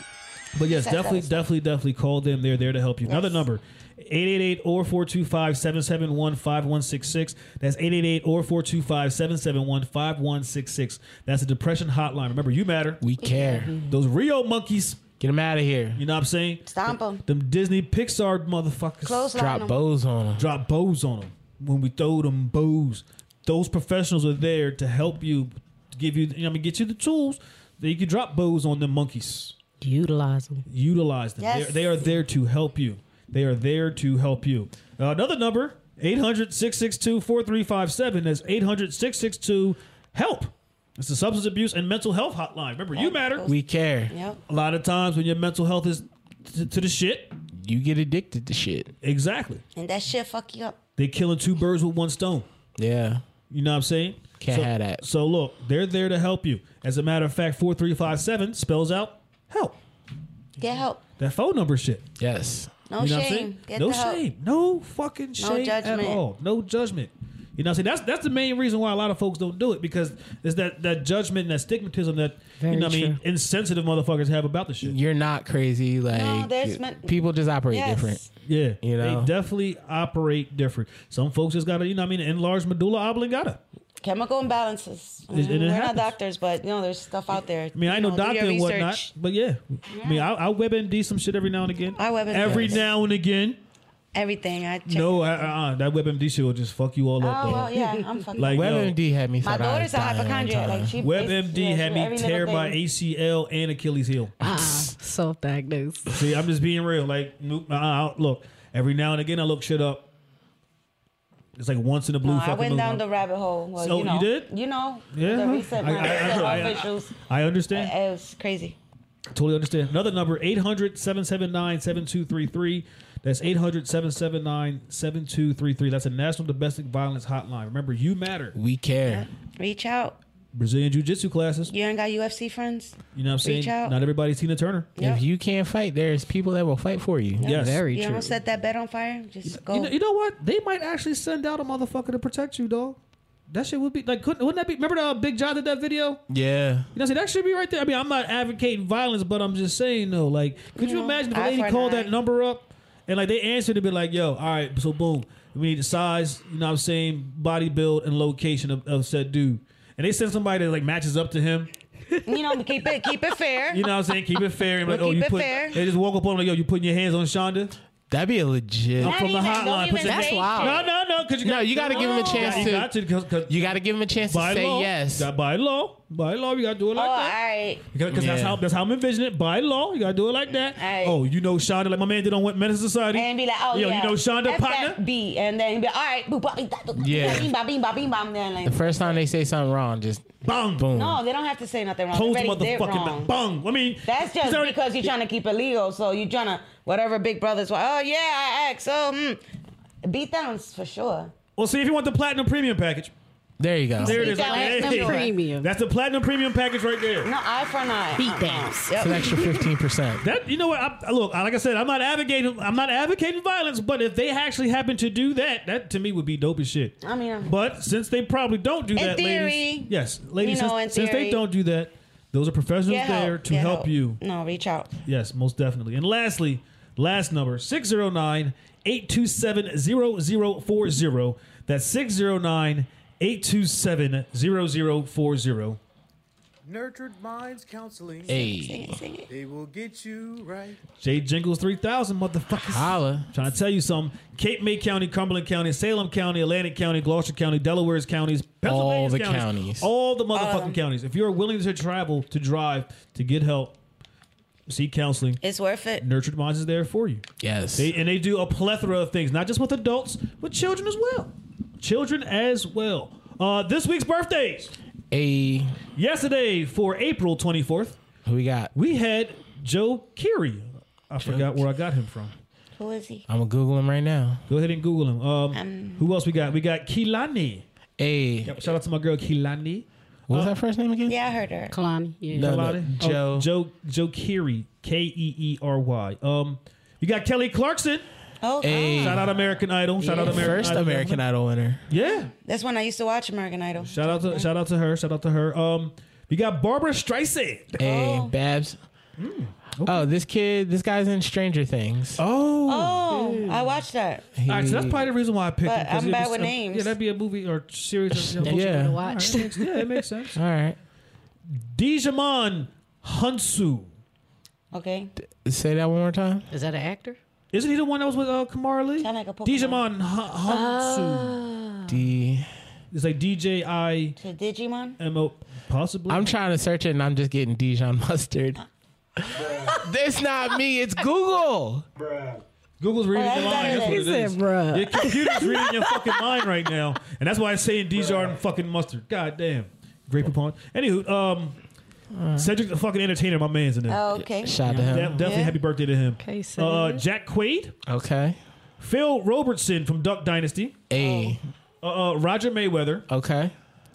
But yes,
Said that
definitely,
was-
definitely, definitely call them. They're there to help you. Another number. 888 or 425 771 5166. That's 888 or 425 771 5166. That's the depression hotline. Remember, you matter.
We care.
Those Rio monkeys,
Get them out of here.
you know what I'm saying?
Stomp them.
Them Disney Pixar motherfuckers.
Close line
Drop
'em.
bows on them.
drop bows on them when we throw them bows. Those professionals are there to help you, to give you, you know, I mean, get you the tools that you can drop bows on them monkeys.
Utilize them.
Utilize them.
Yes.
They're- They are there to help you. They are there to help you. Uh, another number, 800 662 4357. That's 800 662 HELP. It's the substance abuse and mental health hotline. Remember, you matter.
We care.
Yep.
A lot of times when your mental health is t- to the shit,
You get addicted to shit.
exactly.
And that shit fuck you up.
They're killing two birds with one stone.
Yeah.
You know what I'm saying?
Can't
so,
have that.
So look, they're there to help you. As a matter of fact, four three five seven spells out help.
Get help.
That phone number shit.
Yes.
No
You know what I'm
shame.
saying?
Get
no
the help.
shame. No fucking shame
judgment.
at all. No judgment. You know what I'm saying? That's that's the main reason why a lot of folks don't do it because there's that that judgment and that stigmatism that
Very
you know what I mean
true.
insensitive motherfuckers have about the shit.
You're not crazy. Like
there's men-
people just operate
Yes.
different.
Yeah.
You know?
They definitely operate different. Some folks just gotta, you know what I mean, enlarge medulla oblongata.
Chemical imbalances. Mm-hmm.
It- it
We're
happens.
not doctors, but you know, there's stuff out there.
I mean, I ain't
You
no
do your
doctor and whatnot,
research.
but yeah. I mean, I, I WebMD some shit every now and again.
I WebMD.
every now and again.
Everything. I check.
No, uh, uh, that WebMD shit will just fuck you all up.
Oh
though.
well, yeah, I'm fucking.
Like yo,
WebMD had me.
my
thought I was
daughter's a
dying one
hypochondriac.
time.
Like she.
WebMD
yeah,
had
every
me
little
tear my
thing. Ah.
ACL and Achilles heel.
Uh-uh. Self diagnosed.
See, I'm just being real. Like, nope, uh, uh, look, every now and again I look shit up. It's like once in a blue.
No, Oh, I
fucking
went
moon.
down the rabbit hole. Well,
So,
you, know,
you did?
You know,
Yeah,
the
huh?
reset,
I-
my
I- I-
reset
I-
officials.
I understand.
It was crazy.
Totally understand. Another number, 800 779 7233. That's 800 779 7233. That's a National Domestic Violence Hotline. Remember, you matter.
We care.
Reach out.
Brazilian Jiu Jitsu classes.
You ain't got UFC friends?
You know what I'm saying?
Reach out.
Not everybody's Tina Turner.
Yeah.
If you can't fight, there's people that will fight for you.
Yes.
Very
You
true.
almost set that bed on fire? Just go.
You know, you know what? They might actually send out a motherfucker to protect you, dog. That shit would be like, couldn't, wouldn't that be? Remember the uh, Big John did that video?
yeah.
You know, see, that should be right there. I mean, I'm not advocating violence, but I'm just saying though, like, could you
Mm-hmm.
Yeah.
imagine if a
Eye for
lady
an
called
eye.
that number up and like they answered and be like, "Yo, all right, so boom, we need the size, you know, what I'm saying, body build and location of, of said dude." And they send somebody that like matches up to him.
You know, keep it keep it fair.
You know what I'm saying? Keep it fair. And like,
We'll
oh,
keep
you
it
put.
fair.
They just walk up on him like, yo, you putting your hands on Shonda?
That'd be a legit.
I'm from the
even- don't
hotline.
even
Put your
That's
hand-
wild.
No, no, no. Cause you
Oh. No,
got,
you got to give him a chance
You got
to.
to. Cause, 'cause
You got to give him a chance to
by
say
law,
yes.
Got by law, by law, you got to do it
Oh,
like
all
that.
right.
Because that's
Yeah.
how that's how I'm envisioning it. By law, you gotta do it like that.
Aight.
Oh, you know Shonda, like my man did on What Menace Society.
And be like, oh
Yo,
yeah.
you know Shonda
F that
partner.
B, and then be like, all right. boop, boop, da- da- da-
Yeah.
Bing, bop, bing, bop, bing, bop, and then like,
the first time they say something wrong, just
Bong.
boom.
no, they don't have to say nothing wrong.
Hold
They
the
already did
motherfucking
wrong.
mouth. Bong. I mean,
That's
he's
just
already-
because you're trying to keep it legal, so you're trying to whatever Big Brother's. Oh yeah, I asked. So mm. beat that one's for sure.
Well, see if you want the platinum premium package.
There you go.
There it is.
That
Hey.
platinum premium.
That's the platinum premium package right there.
No, eye for an eye.
Beat
Uh-uh.
dance.
Yep.
It's an extra fifteen percent.
That you know what? I, I- look, I- like I said, I'm not advocating. I'm not advocating violence, but if they actually happen to do that, that to me would be dope as shit.
I mean, I'm-
but since they probably don't do that, ladies,
theory.
yes, ladies,
You know, in
since, since they
theory.
don't do that, those are professionals
Get
there to
Get
help you.
No, reach out.
Yes, most definitely. And lastly, last number 609 827 0040. That's 609 827 0040.
Nurtured Minds Counseling.
Hey,
They will get you right.
Jay Jingles 3000, motherfuckers.
holla.
Trying to tell you something. Cape May County, Cumberland County, Salem County, Atlantic County, Gloucester County, Delaware's counties, Pennsylvania's
the
counties,
counties.
all the motherfucking
Um,
counties. If you're willing to travel, to drive, to get help, seek counseling,
It's worth it.
Nurtured Minds is there for you.
Yes.
They, and they do a plethora of things, not just with adults, but children as well. Children as well. Uh, this week's birthdays.
Hey,
Yesterday, for April 24th,
who we got?
we had Joe Keery. I forgot where I got him from.
Who is he?
I'm gonna Google him right now.
Go ahead and Google him. Um, who else we got? We got Kilani.
Hey,
Yep, Uh, shout out to my girl Kilani.
what was that first name again?
Yeah, I heard her.
Kalani. Yeah.
No, no,
Kalani? Oh,
Joe.
Joe Joe Keery. K E E R Y. Um, you got Kelly Clarkson.
Oh,
Hey.
God.
Shout out American Idol. Shout out American
First
Idol.
American Idol winner.
Yeah.
that's when I used to watch American Idol.
Shout out to shout out to her. Shout out to her. Um, you got Barbara Streisand.
Hey, Babs. Oh, this kid, this guy's in Stranger Things.
Hmm, Oh,
Oh, I watched that.
He-
all right. So that's probably the reason why I picked.
But
him, 'cause
I'm
it'd
bad
be
with
some-
names.
Yeah, that'd be a movie or series. Or,
Yeah.
yeah,
I
Yeah.
watched.
yeah, it makes sense.
All right.
Digimon Hunsu.
Okay.
Say that one more time.
Is that an actor?
Isn't he the one that was with uh, Kamara Lee?
Sound like a Pokemon.
Digimon Hu-
Ah.
Hunsu.
D.
It's like D J I
To Digimon.
M O. Possibly.
I'm trying to search it and I'm just getting Dijon mustard. That's not me. It's Google.
Google's reading
Oh,
your mind. That's
that's better
what it
than-
is.
bruh.
Your computer's reading your fucking mind right now, and that's why I say Dijon and fucking mustard. God damn, grape upon. Anywho, um, Cedric the fucking entertainer, my man's in there.
Uh. Oh, okay.
Shout out to
De-
him.
definitely
Yeah.
happy birthday to him.
Okay, so-
Uh, Jack Quaid,
Okay.
Phil Robertson from Duck Dynasty,
A.
uh, uh, Roger Mayweather,
Okay.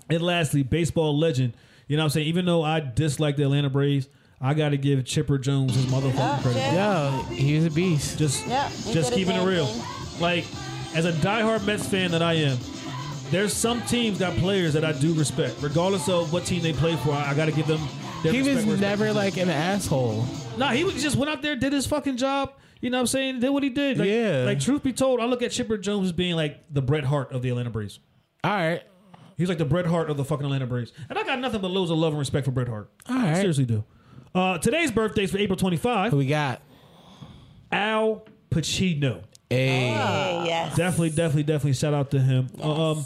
and lastly, baseball legend. You know what I'm saying? Even though I dislike the Atlanta Braves, I got to give Chipper Jones his
Oh,
motherfucking credit.
Yo, he was a beast.
Just,
Yeah, he
just
did
keeping
his
it
damn
real.
thing.
Like, as a diehard Mets fan that I am, there's some teams got players that I do respect, regardless of what team they play for. I, got to give them. Their
He
respect
was
where it's
never like an asshole.
Nah, he was- just went out there, did his fucking job. You know what I'm saying? Did what he did. Like,
Yeah.
Like truth be told, I look at Chipper Jones as being like the Bret Hart of the Atlanta Braves.
All right.
He's like the Bret Hart of the fucking Atlanta Braves. And I got nothing but loads of love and respect for Bret Hart.
All right.
I seriously do. Uh, today's birthday is for April 25.
Who we got?
Al Pacino.
A.
Hey, yes.
Definitely, definitely, definitely shout out to him. Um,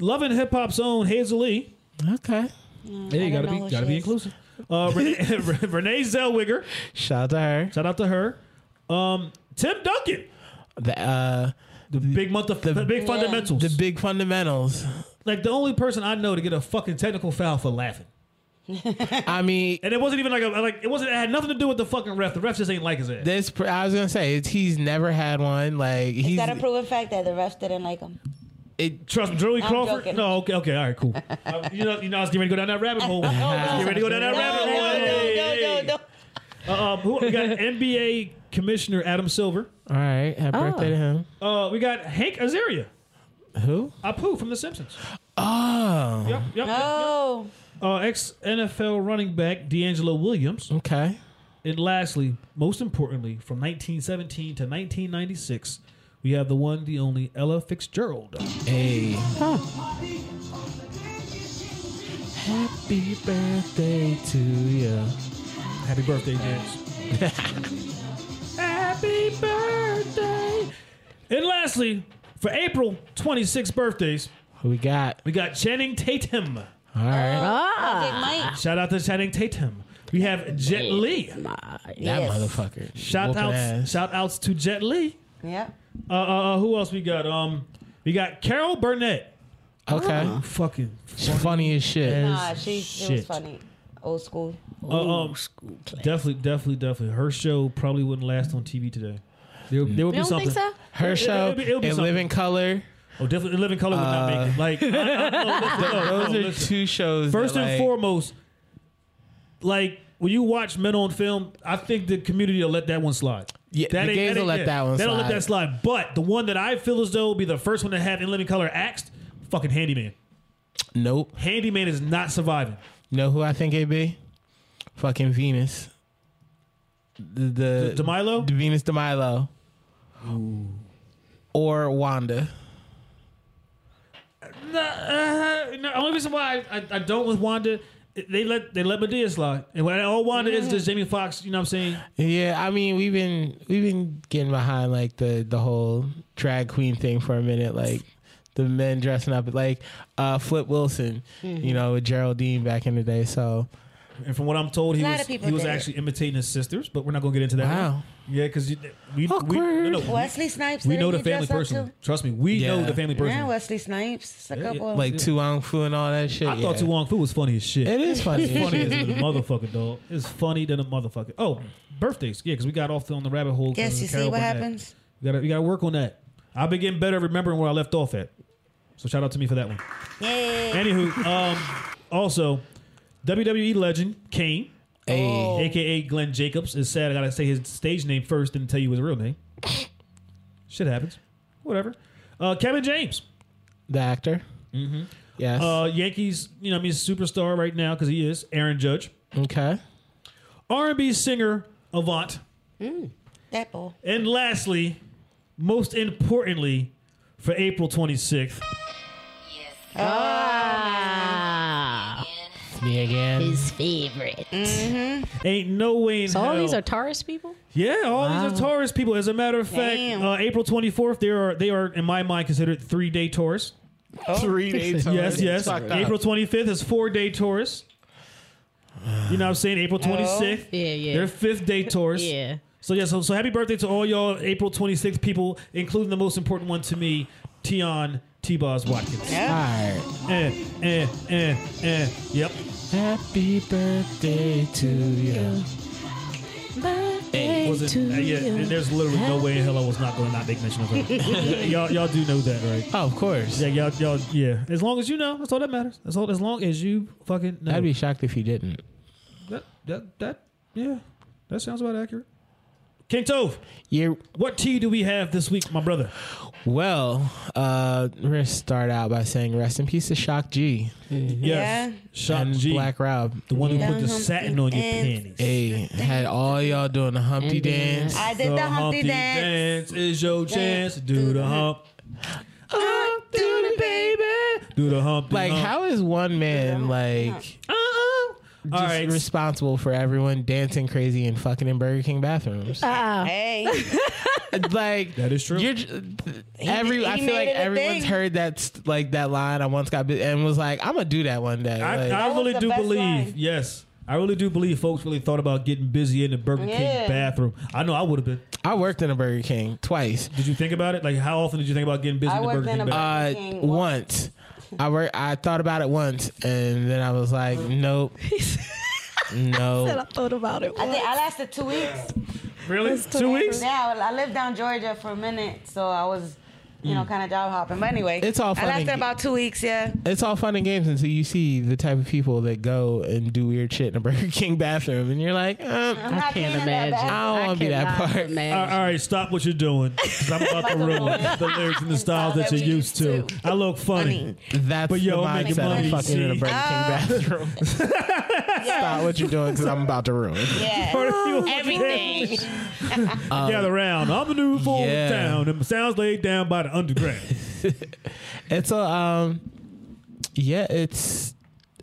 Loving hip hop's own Hazel Lee.
Okay.
Hey,
I
you
don't
gotta
know
be,
who
gotta
she
be
is.
inclusive. Uh, Renee, Renee Zellweger.
Shout out to her.
Shout out to her. Um, Tim Duncan.
The uh,
The big month of the, big fundamentals.
the big fundamentals.
like the only person I know to get a fucking technical foul for laughing.
I mean,
And it wasn't even like a like it wasn't it had nothing to do with the fucking ref. The ref just ain't like his ass.
this pr- I was gonna say it's, he's never had one. Like
Is
he's
that a proven fact that the refs didn't like him?
it,
Trust me, Julie
I'm
Crawford.
joking.
No, okay, okay, all right, cool. Uh, you know, you know, I was getting ready to go down that rabbit hole. Get ready to go down that
Oh, No,
rabbit hole.
no, no, no, no, no.
Uh, um, who, we got NBA Commissioner Adam Silver.
All right,
Oh.
happy birthday to him.
Uh, we got Hank Azaria,
Who?
Apu from The Simpsons.
Oh,
Yep, yep, yep,
No.
yep. Uh, ex NFL running back D'Angelo Williams.
Oh, okay.
And lastly, most importantly, from 1917 to 1996, we have the one, the only Ella Fitzgerald.
Hey. Happy birthday to you.
Happy birthday, James. Happy birthday. And lastly, for April 26th birthdays,
Who we got?
we got Channing Tatum.
All
Oh,
right,
Ah,
Big Mike.
Shout out to Channing Tatum. We have Jet Li.
that
Yes.
motherfucker.
Shout
Whooping
outs,
ass.
shout outs to Jet Li.
Yeah.
Uh, uh, uh, who else we got? Um, we got Carol Burnett.
Okay.
Fucking
She's funny as shit.
Nah, she, she was
Shit.
funny. Old school.
Uh, um, definitely, definitely, definitely. Her show probably wouldn't last on TV today. There, there would
you don't
be something.
think so?
Her show
it'll be- it'll be
and
something.
Living Color.
Oh, definitely, Living Color would not make it. Like, I, I, no, listen, no, no,
Uh, Oh, Those are
listen.
two shows.
First
that,
and
like,
foremost, like when you watch Men on Film, I think the community will let that one slide.
Yeah,
that
the
ain't-
gays will let
yeah,
that one
They'll let
slide.
that slide. But the one that I feel as though will be the first one to have in living color axed, fucking Handyman.
Nope.
Handyman is not surviving.
You know who I think it be? Fucking Venus. The, the
D- DeMilo?
the Venus de Milo. Or Wanda.
No, uh, no, only reason why I, I, I don't with Wanda, they let they let Medea slide, and when all Wanda is just Jamie Foxx. You know what I'm saying?
Yeah, I mean we've been we've been getting behind like the the whole drag queen thing for a minute, like the men dressing up like uh Flip Wilson,
Mm-hmm.
you know, with Geraldine back in the day. So
And from what I'm told, he
A lot
was
of
he
people
was
did it.
actually imitating his sisters, but we're not gonna get into that.
Wow.
Yeah, because we, we, no, no, we-
Wesley Snipes.
we
didn't
know the
he
family
dress up
person.
too?
Trust me, we
Yeah.
know the family person.
Yeah, Wesley Snipes. It's a couple. of-
like Tuang Fu and all that shit.
Oh, I thought
yeah.
Tuong Fu was funny as shit.
It is funny.
It's funny as a motherfucker, dog. It's funny than a motherfucker. Oh, birthdays. Yeah, because we got off on the rabbit hole. 'cause
Yes,
of
you see
Carol
what
Burnett.
happens?
We gotta, we gotta work on that. I've been getting better at remembering where I left off at. So shout out to me for that one.
yeah.
Anywho, um, also, WWE legend Kane,
Hey,
aka Glenn Jacobs, is sad. I gotta say his stage name first, and tell you his real name. Shit happens. Whatever. Uh, Kevin James,
the actor. Mm-hmm. Yes.
uh, Yankees. You know, I mean, superstar right now because he is. Aaron Judge,
okay.
R and B singer Avant,
That boy.
and lastly, most importantly, for April twenty sixth,
Me again.
his favorite.
ain't no way in
So all
hell-
these are Taurus people.
Yeah, all these are Taurus people. As a matter of fact,
Damn.
uh, April 24th, they are they are in my mind considered three day Taurus.
Three days.
Oh,
Yes, yes.
Fucked up.
April 25th is four day Taurus. You know what I'm saying? April 26th,
Oh. Yeah, yeah.
they're fifth day Taurus.
Yeah.
So yeah, so, so happy birthday to all y'all April 26th people, including the most important one to me, Tion T. Boz Watkins.
All right.
Eh, eh, eh, eh. Yep.
Happy birthday to you.
Was it- uh, yeah, and there's literally no way in hell I was not going to not make mention of her. y'all, y'all do know that, right?
Oh, of course.
Yeah, y'all, y'all, yeah. As long as you know, that's all that matters. That's all. As long as you fucking know.
I'd be shocked if you didn't.
that, that, that, yeah. That sounds about accurate. King Tove,
you
what tea do we have this week, my brother?
Well, uh, we're gonna start out by saying rest in peace to Shock G
Yes.
Yeah.
Shot
and
G,
Black Rob.
the one who put the
Down
satin on your
and-
panties.
Hey, had all y'all doing the Humpty
And dance.
Dance.
I did the, Humpty, dance.
is your chance to do the hump.
Up to the baby.
Do the hump.
Like, how is one man like
Uh-uh.
All
just
right.
responsible for everyone dancing crazy and fucking in Burger King bathrooms?
Uh-uh. Hey,
like
That is true.
You're, j- every
he
I
made
feel like
it a
everyone's
thing.
heard that st- like that line. I once got bit and was like, I'm gonna do that one day.
I,
Like,
I
was
really
the
do
best
believe,
line.
yes. I really do believe folks really thought about getting busy in the Burger King
Yeah.
bathroom. I know I would have been.
I worked in a Burger King twice.
Did you think about it? Like, how often did you think about getting busy
I
in the
worked
Burger
in
King
a
bathroom?
Uh,
Burger King
once. I work. I thought about it once, and then I was like, nope,
Said
no.
I thought about it.
I think I lasted two weeks.
Really? Two weeks?
Yeah, I lived down Georgia for a minute, so I was, you know, kind of job hopping. But anyway,
Mm. It's all
I
fun
lasted
and-
about two weeks. Yeah,
It's all fun and games until you see the type of people that go and do weird shit in a Burger King bathroom, and you're like, um,
I'm not
can't
cleaning that
imagine.
bathroom.
I don't want to be that
Uh-huh. cannot
part.
All
imagine.
right, all right, stop what you're doing. 'cause I'm about to ruin the lyrics and the styles that
that
you're
we
used to.
used
I look funny.
Funny.
That's
But yo,
the
I'm making
mindset
money,
of fucking in a
see?
Burger
Oh.
King bathroom. Stop what you're doing because I'm about to ruin.
Yeah,
Everything. Gather round. I'm the new fool
yeah.
in town, and my sounds laid down by the underground.
It's a um, yeah, it's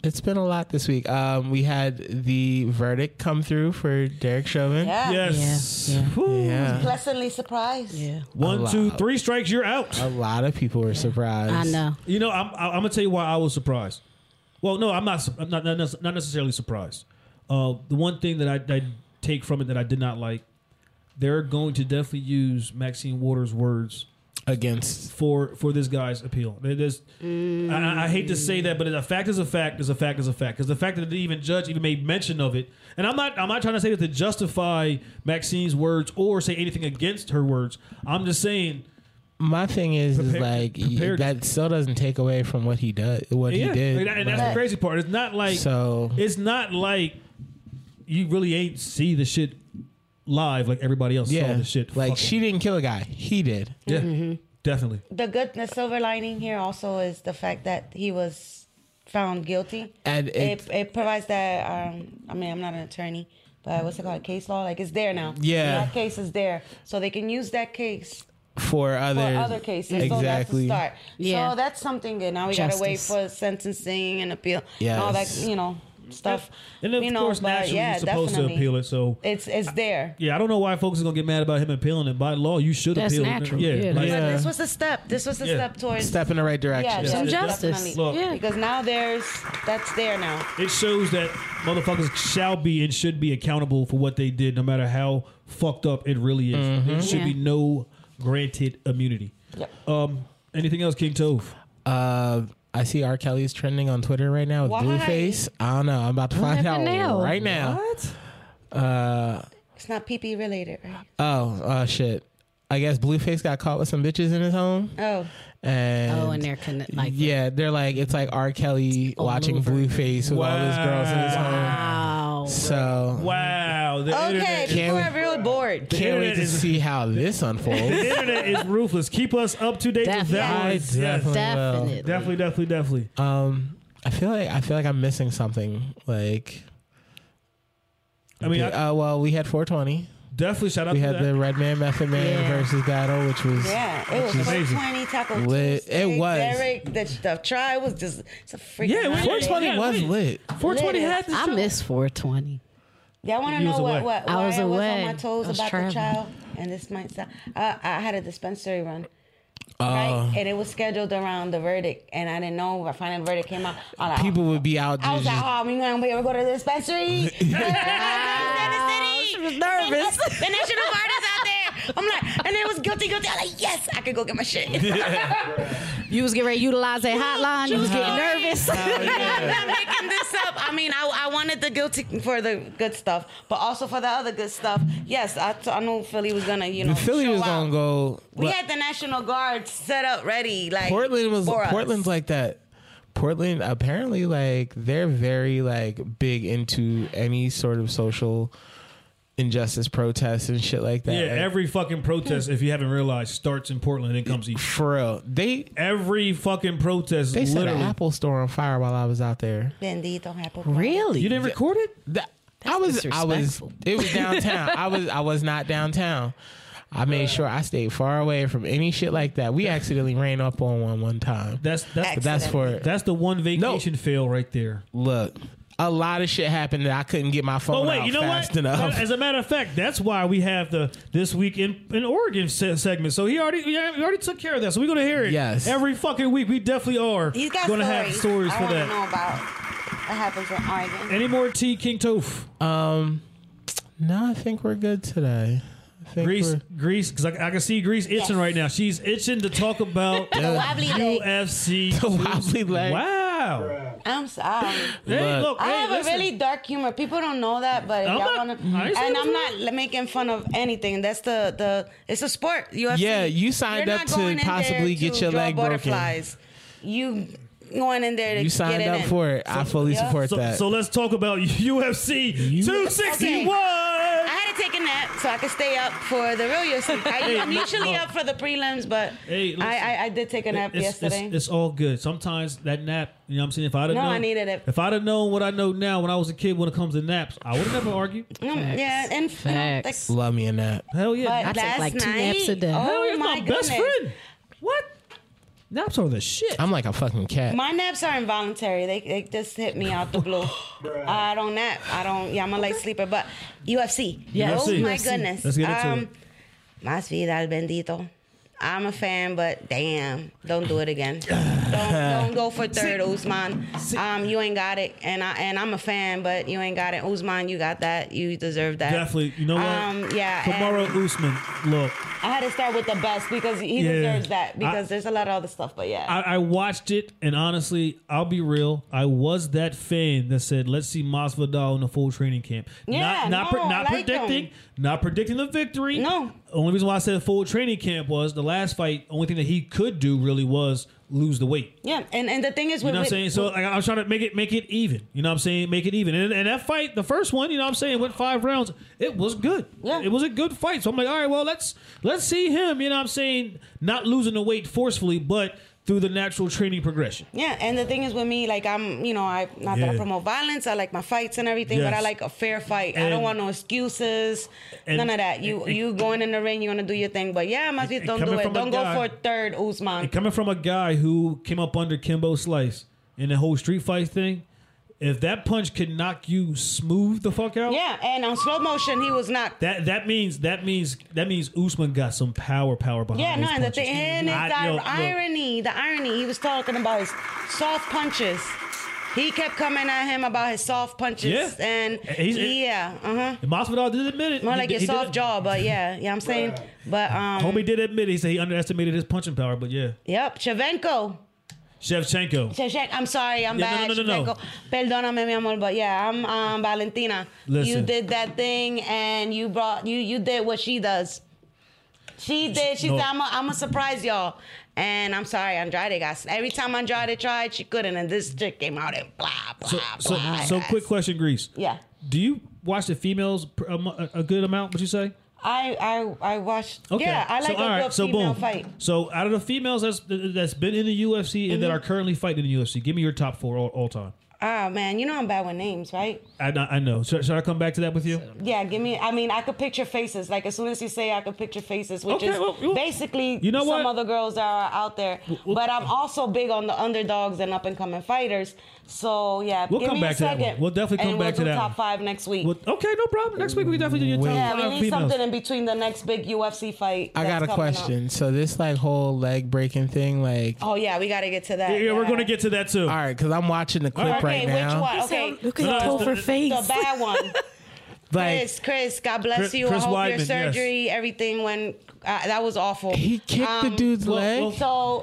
it's been a lot this week. Um, we had the verdict come through for Derek Chauvin.
yeah.
yes.
yeah.
Whew.
Yeah.
Pleasantly surprised.
Yeah.
One, two, three strikes, you're out.
A lot of people were surprised.
I know.
You know, I'm, I'm gonna tell you why I was surprised. Well, no, I'm not. I'm not, not nec- not necessarily surprised. Uh, the one thing that I, that I take from it that I did not like, they're going to definitely use Maxine Waters' words
Against
for for this guy's appeal. They- There's, I, I- I hate to say that, but a fact is a fact is a fact is a fact. Because the fact that the even judge even made mention of it, and I'm not I'm not trying to say that to justify Maxine's words or say anything against her words. I'm just saying
my thing is is
Prepare-
like y-
prepared.
that still doesn't take away from what he does what
yeah,
he did.
and, that- and that's the
but-
crazy part. It's not like
so
it's not like you really ain't see the shit live like everybody else saw
yeah,
the shit.
like
fucking-
she didn't kill a guy, he did.
yeah,
Mm-hmm.
definitely.
The good, the silver lining here also is the fact that he was found guilty.
And
It,
it,
it provides that. Um, I mean, I'm not an attorney, but what's it called? Case law? Like it's there now.
Yeah.
that case is there, so they can use that case
for
for
other
other cases. So that's
exactly.
a start.
Yeah.
So that's something good. Now we got to wait for
Justice.
sentencing and appeal and all that,
Yes.
you know, stuff.
And of
you know,
course,
but
naturally,
yeah,
you're supposed
definitely.
to appeal it. So
It's it's there.
yeah, I don't know why folks are gonna get mad about him appealing it. By law, you should
That's
appeal.
natural.
It.
Yeah,
like-
that's-
This was a step. This was a
Yeah.
step towards
Step in the right direction.
yeah,
Some
yeah,
justice.
definitely.
yeah.
Because now there's that's there now.
it shows that motherfuckers shall be and should be accountable for what they did, no matter how fucked up it really is. There should be
Yeah.
no granted immunity.
Yep.
Um, anything else, King Tove?
Uh, I see R. Kelly is trending on Twitter right now with
Why?
Blueface. I don't know. I'm about to find out
happened now?
right now. What? Uh
It's not PP related, right?
oh, oh shit. I guess Blueface got caught with some bitches in his home,
Oh,
and
Oh, and they're connected. Like,
yeah, they're like it's like R. Kelly watching
over.
Blueface with all these girls in his home.
wow.
So
Wow. The
okay.
internet-
People
we-
are real bored.
can't wait
internet
to
is-
see how this unfolds.
the internet is ruthless. Keep us up to date with
Definitely.
that.
I
one. Yes.
definitely will.
Definitely.
Definitely, definitely, definitely.
Um, I feel like I feel like I'm missing something. Like,
I mean, I
uh, well, we had 420.
definitely shout out
We
to
had
that.
the Red Man Method Man
Yeah.
versus battle, which was
Yeah, it was
is amazing.
420 Taco
Lit.
Tuesday.
It was.
Derek, the, the try was just it's a freaking.
Yeah, it was
holiday.
420
Yeah,
was
wait.
lit.
420
Lit.
had the
I
show.
miss 420.
Yeah, I want to
You was
know what,
away.
what
I
why
was
I was
away.
on my toes
I was
about
traveling.
the child, and this might sound. I, I had a dispensary run,
Uh,
right? And it was scheduled around the verdict, and I didn't know. I finally the verdict came out. I'm like,
People would be out
I
there.
was like,
just-
oh, we gonna we ever go to the dispensary?
She was nervous.
The National Guard is out there. I'm like, and it was guilty, guilty. I'm like, yes, I could go get my shit.
You was getting ready to utilize that hotline. You was getting nervous.
oh,
I'm not making this up. I mean, I, I wanted the guilty for the good stuff, but also for the other good stuff. Yes, I, t- I knew Philly was gonna, you know,
the Philly
show
was
out.
gonna go.
We
but
had the National Guard set up ready. Like
Portland was
for us.
Portland's like that. Portland apparently like they're very like big into any sort of social injustice protests and shit like that.
Yeah,
Like,
every fucking protest, if you haven't realized, starts in Portland and comes east.
for real. They
Every fucking protest,
they set an
literally.
Apple store on fire while I was out there.
Bendito apple pie.
really?
You didn't record it?
That- I was I was
disrespectful.
it was downtown. I was I was not downtown. I made sure I stayed far away from any shit like that. We accidentally ran up on one one time.
That's that's
But that's for
that's the one vacation fail right there.
look. A lot of shit happened that I couldn't get my
Oh
phone
wait,
out
you know
fast
what?
enough.
As a matter of fact, that's why we have the this week in, in Oregon se- segment. So he already he already took care of that. So we're gonna hear it.
Yes.
every fucking week. We definitely are
He's got
gonna
stories.
have stories
I
for
wanna
that.
know about what happens in Oregon.
Any more tea, King Toof?
um, no, I think we're good today. I think
Greece,
we're-
Greece, because I, I can see Greece itching right now. She's itching to talk about
Yeah.
UFC.
The wobbly leg.
Wow.
I'm sorry.
Hey,
Look,
look,
I
hey,
have
listen.
a really dark humor. People don't know that, but if
I'm
y'all
not-
wanna,
I ain't saying
and I'm
it's
not li- making fun of anything. That's the the it's a sport. UFC.
Yeah, you signed
You're
up
not
to
going in
possibly
there
get
to
your
draw
leg broken.
butterflies. You going in there to
you signed
get it
up
in.
for it. I fully
yeah.
support
So,
that.
so let's talk about UFC 261.
I had to take a nap so I could stay up for the real UFC. I, I'm usually up for the prelims, but
Hey, listen.
I, I I did take a nap
It's- it's-
yesterday.
It's, all good. Sometimes that nap, you know what I'm saying? If I'd have
No,
known,
I needed it.
If I'd have known what I know now when I was a kid when it comes to naps, I would have never argued.
Mm, yeah, and you know, like-
Facts.
Love me in that.
Hell yeah.
but
I take
last
like two
night,
naps a day.
Oh
Hell yeah, it's
my
my
goodness.
best friend. What? Naps are the shit.
I'm like a fucking cat.
My naps are involuntary. They, they just hit me out the blue. I don't nap. I don't. Yeah, I'm a light sleeper. But UFC.
Yes.
Oh
UFC.
my goodness. Um,
Let's get into it.
Masvidal bendito. I'm a fan, but damn, don't do it again. don't, don't go for third, Usman. Um, you ain't got it, and I and I'm a fan, but you ain't got it, Usman. You got that. You deserve that.
Definitely. You know what?
Um, yeah. and
Tomorrow Usman. Look,
I had to start with the best because he
Yeah.
deserves that. Because
I-
there's a lot of other stuff, but yeah.
I, I watched it, and honestly, I'll be real. I was that fan that said, "Let's see Masvidal in the full training camp."
Yeah,
not not, pre-
no, I
not
like
predicting,
him.
not predicting the victory.
No.
Only reason why I said full training camp was the last fight. Only thing that he could do really was lose the weight.
yeah, and, and the thing is,
You
with,
know what I'm saying?
with-
So like, I'm trying to make it make it even. You know what I'm saying? Make it even. And, and that fight, the first one, you know what I'm saying, went five rounds. It was good.
Yeah.
It was a good fight. So I'm like, all right, well, let's let's see him, you know what I'm saying, not losing the weight forcefully, but through the natural training progression.
Yeah, and the thing is with me, like I'm, you know, I not that
Yeah.
I promote violence. I like my fights and everything, but I
Yes.
like a fair fight. I
And-
don't want no excuses,
and-
none of that. You
and-
you going in the ring, you're gonna do your thing, but yeah, must be
and
don't do
coming
it.
from a
Don't go
guy-
for third Usman.
And coming from a guy who came up under Kimbo Slice in the whole street fight thing, if that punch could knock you smooth the fuck out,
yeah, and on slow motion, he was knocked.
That that means that means that means Usman got some power power behind.
yeah, no,
his
and the
punches.
thing, and it's
I-
the
yo, look,
irony, the irony. He was talking about his soft punches. He kept coming at him about his soft punches,
Yeah.
and
He's-
yeah, uh huh.
And Masvidal did admit it.
More
He
like
did-
your
he did-
soft jaw, but yeah, yeah, I'm saying, but um,
Homie did admit he said he underestimated his punching power, but yeah,
yep, Chevenko.
Shevchenko.
Shevchenko, I'm sorry, I'm
Yeah,
bad.
no, no, no, no.
Shevchenko. Perdóname, mi amor, but yeah, I'm um, Valentina. You
Listen.
did that thing, and you brought you you did what she does. She did. She
No.
said, "I'm a, I'm a surprise y'all." And I'm sorry, Andrade got. Every time Andrade tried, she couldn't, and this chick came out and blah blah
So, so,
blah.
so
guys.
quick question, Greece.
Yeah,
Do you watch the females pr- um, a, mo- a good amount? Would you say?
I I I watched. Yeah, I like
all
a
right,
good female
boom.
fight.
So out of the females that's that's been in the UFC and that
Mm-hmm.
are currently fighting in the UFC, give me your top four all, all time.
Oh man, you know I'm bad with names, right?
I, I know. Should, should I come back to that with you?
Yeah, give me. I mean, I could picture faces. Like as soon as you say, I could picture faces, which
Okay,
is
well, well,
basically
you know
some
what?
other girls that are out there.
well-
but I'm also big on the underdogs and up and coming fighters. So yeah,
We'll
give
come
me
back
a
to that
second.
one. We'll definitely
and
come
we'll
back to
do
that
Top
one.
five next week.
Well, okay, no problem. Next week we definitely do your top
yeah,
five
we need
females.
something in between the next big UFC fight.
I got
that's
a
coming up.
question. So this like whole leg breaking thing, like,
Oh yeah, we gotta get to that.
Yeah, yeah, we're gonna get to that too.
all right, because I'm watching the clip
right.
right
Okay,
now.
which one?
Okay.
Okay,
Look
No,
at
it's the-
Topher face.
the bad one.
Like,
Chris, Chris, God bless
Chris-
you.
Chris
I hope
Weidman,
your
yes.
surgery, everything went. Uh, that was awful.
he kicked the
Um,
dude's
well-
leg.
well-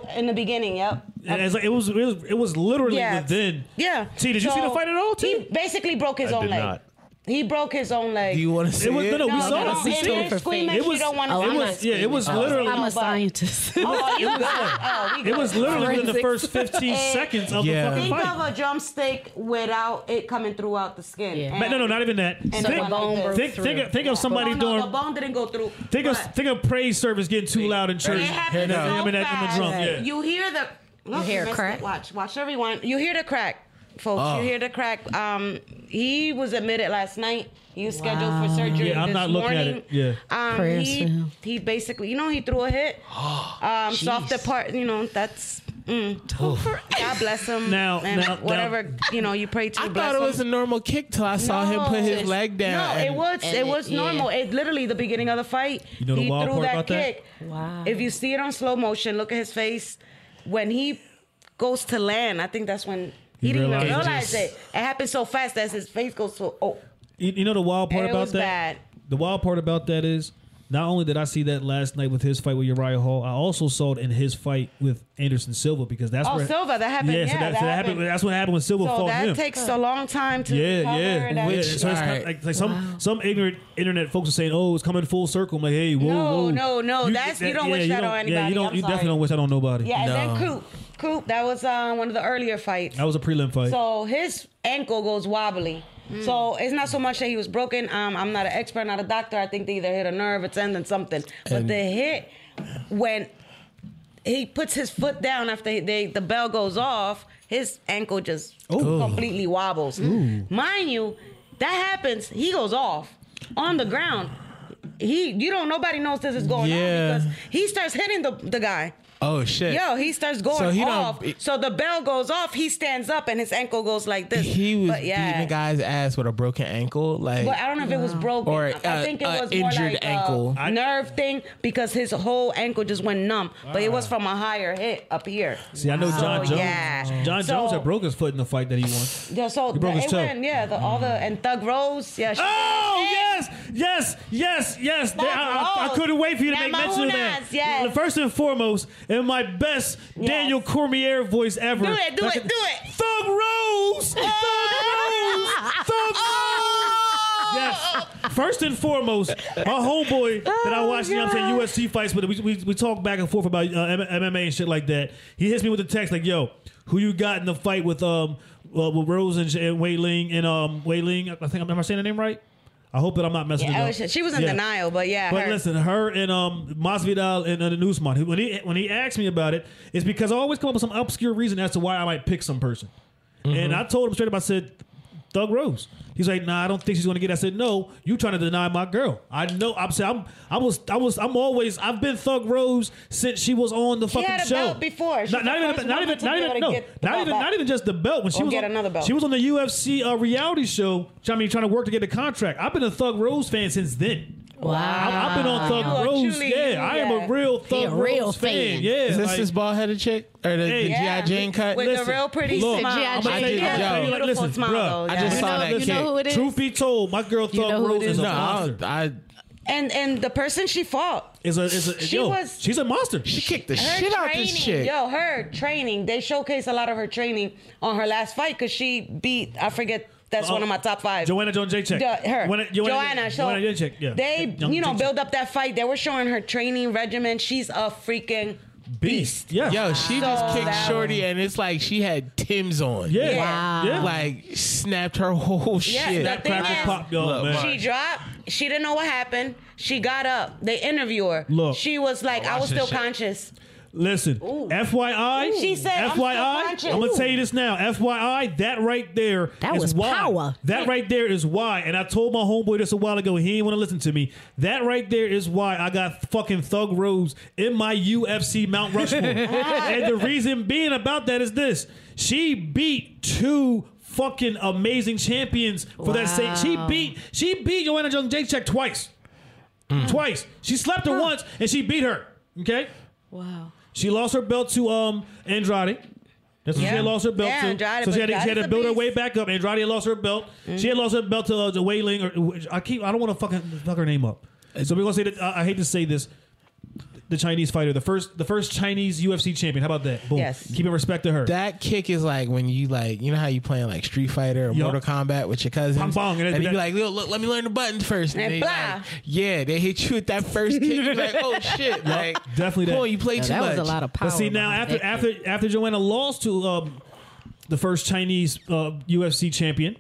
So in the beginning, yep.
And it's like, it was it was it was literally
Yeah.
within.
Yeah.
See, did you see the fight at all, T?
He basically broke his
I
own
did
leg.
not.
He broke his own leg.
Do you want to see
It was
it?
no, no, we
No,
saw
no,
it. We
and
saw
they're
it.
screaming,
It
you
was Oh,
don't wanna
it
see Oh.
was
that.
yeah, it was literally
I'm a
but-
scientist.
oh, you good. Oh, we
it was
good.
literally within the first
Forensics.
15 seconds of
Yeah.
the fucking
Think of
fight.
a drumstick without it coming throughout the skin.
Yeah.
And-
Man, no, no, not even that.
And
think,
the bone broke
think, think, of, think of
No,
somebody
no,
doing.
the bone didn't go through.
think of
but
think of praise service getting too loud in church.
It happened
And, uh,
so
I mean, that-
fast.
in the drum, yeah.
You hear the look,
hear a
missed it.
crack?
Watch, watch everyone. You hear the crack, folks.
Oh.
You hear the crack. Um, he was admitted last night. He was scheduled for
Wow.
surgery.
Yeah, I'm
this
not looking at
morning.
it. Yeah.
Um,
Prayers
he,
for him.
he basically, you know, he threw a hit. Um, soft
Jeez.
depart. You know, that's. Mm. God bless him.
Now-
and
now-
whatever you know, you pray to.
I
bless
thought it
him.
was a normal kick till I saw him put his
No.
leg down.
No, it
and-
was
and
it
it-
was
yeah.
normal. It literally the beginning of the fight.
You know the
he
wild
threw
part
that
about that?
kick.
Wow.
If you see it on slow motion, look at his face when he goes to land. I think that's when he,
He
didn't even
realized
realize
it.
it. It happened so fast that his face goes so. Oh,
You, you know the wild part
It
about
was
that.
bad.
The wild part about that is Not only did I see that last night with his fight with Uriah Hall, I also saw it in his fight with Anderson Silva because that's
Oh,
where
Silva, that happened.
Yeah, so
Yeah,
that,
that
so that happened.
happened.
That's what happened when Silva
So
fought
that
him.
takes a long time to
yeah,
recover.
yeah.
that-
Which,
is-
so it's kind
alright.
of like, like some some ignorant internet folks are saying, "Oh, it's coming full circle." I'm like, hey, whoa,
No,
whoa.
no, no, that's- you don't wish that on
Yeah, you
anybody.
don't.
I'm
you definitely
sorry.
don't wish that on nobody.
yeah, and then
No.
Coop. Coop, that was uh, one of the earlier fights.
that was a prelim fight.
So his ankle goes wobbly. So it's not so much that he was broken. Um, I'm not an expert, not a doctor. I think they either hit a nerve, a tendon, something. But
And-
the hit when he puts his foot down after they, the bell goes off, his ankle just completely wobbles. Mind you, that happens. He goes off on the ground. He, you don't. Nobody knows this is going
Yeah.
on because he starts hitting the the guy.
Oh shit.
Yo, he starts going
So he don't-
off. so the bell goes off. He stands up and his ankle goes like this.
He was
but yeah.
beating a guy's ass with a broken ankle. Like
But I don't know if it was broken.
Or,
I
uh,
think it
uh,
was more
injured
like
ankle.
a nerve thing because his whole ankle just went numb. But it was from a higher hit up here.
See, I know John Jones.
So, yeah.
John
So-
Jones had broke his foot in the fight that he won.
Yeah, so
He broke his
it
toe.
went, yeah, the, all the and Thug Rose, yeah. She,
Oh yes, yes, yes, yes. They- I, I- I couldn't wait for you to
Now,
make mention of that.
Mahunas, yes.
First and foremost, in my best
Yes.
Daniel Cormier voice ever.
Do it, do
Like,
it, do it.
Thug Rose, Thug Rose, Thug Rose. Yes. First and foremost, my homeboy that I watch, you know what I'm saying, UFC fights, but we, we, we talk back and forth about uh, M- MMA and shit like that. He hits me with a text like, yo, who you got in the fight with um uh, with Rose and, and Wei Ling and um Wei Ling? I think, am I saying the name right? I hope that I'm not messing
Yeah,
it
oh,
up.
shit. She was in
Yeah.
denial, but yeah.
But
her.
listen, her and um, Masvidal and uh, Newsman. He- When he when he asked me about it, it's because I always come up with some obscure reason as to why I might pick some person. And I told him straight up. I said, "Thug Rose." He's like, "Nah, I don't think she's going to get." it." I said, "No, you trying to deny my girl? I know." I'm saying, "I'm I was I was I'm always I've been Thug Rose since she was on the fucking
had a
show
belt before. She's
Not, not
the
even
first
not
woman
even
to
not
be able
even
to
no
get the
not
belt
even
back.
not even just the belt when she
Or
was
get
on,
another belt.
She was on the UFC uh, reality show. I mean, trying to work to get a contract. I've been a Thug Rose fan since then. Wow, I've been on Thug
You are
Rose.
truly-
Yeah, I am
yeah.
a real Thug
He a real
Rose
fan.
Yeah,
is this
like-
this bald headed chick or the, the
Yeah.
GI Jane cut?
With the real pretty
Look,
smile.
G.I.
I'm gonna
Jane
tell you-
cut.
I'm gonna tell you,
Beautiful
listen,
smile,
bruh,
though,
I just
yeah.
saw
You know-
that
you
kid.
know who it is?
Truth be told, my girl Thug
You know who
Rose
it
is,
is?
a
no, I,
monster.
I
And and the person she fought.
Is a is a
She
yo,
was-
she's a monster.
she kicked the
her
shit
training,
out this chick.
Yo, her training. They showcase a lot of her training on her last fight because she beat. I forget. That's
Uh,
one of my top five.
Joanna Jones Jacek.
Jo- her.
Joanna, Joanna,
Joanna. So
Joanna Jacek, yeah.
They,
Joanna
you know,
Jacek.
build up that fight. They were showing her training regimen. She's a freaking
beast. Yeah,
Yo, she just
So
kicked
that-
Shorty, and it's like she had Tim's on.
yeah,
Yeah.
yeah.
like snapped her whole
Yeah,
shit.
Snap,
that thing
crackle,
is,
pop, yo,
Look,
man.
She dropped. She didn't know what happened. She got up. They interview her.
Look.
she was like,
I
I, was
watched this
still
shit.
conscious.
Listen, FYI,
She said, I'm
FYI,
still conscious.
I'm gonna tell you this now. FYI, that right there,
That
is
was
why.
power.
That right there is why. And I told my homeboy this a while ago. He ain't want to listen to me. That right there is why I got fucking Thug Rose in my UFC Mount Rushmore. and the reason being about that is this: she beat two. Fucking amazing champions for that same. She beat she beat Joanna Jones Jacek twice,
Mm.
twice. She slept her once and she beat her. Okay,
Wow.
she lost her belt to um Andrade. That's what she
Yeah.
had lost her belt
Yeah,
to.
Andrade,
so she
but
had, to, she had
Andrade's
to
a
build her
beast. Mm-hmm.
way back up. Andrade had lost her belt. She had lost her belt to uh, to Wei Ling. Or, I keep. I don't want to fucking fuck her name up. So we're gonna say that. I I hate to say this. The Chinese fighter, the first, the first Chinese UFC champion. How about that? Boom.
Yes.
Keeping respect to her.
That kick is like when you like you know how you playing like Street Fighter or
Yup.
Mortal Kombat with your cousins,
Bang, bang, and
and,
then
you
that-
be like, look, look, let me learn the buttons first. And,
And
they
blah.
like, yeah, they hit you with that first kick. You're like, oh shit, like
definitely
Come
that.
on, you play too
that
much.
was a lot of power.
But see now,
behind
after
that
after after Joanna lost to um, the first Chinese uh, UFC champion,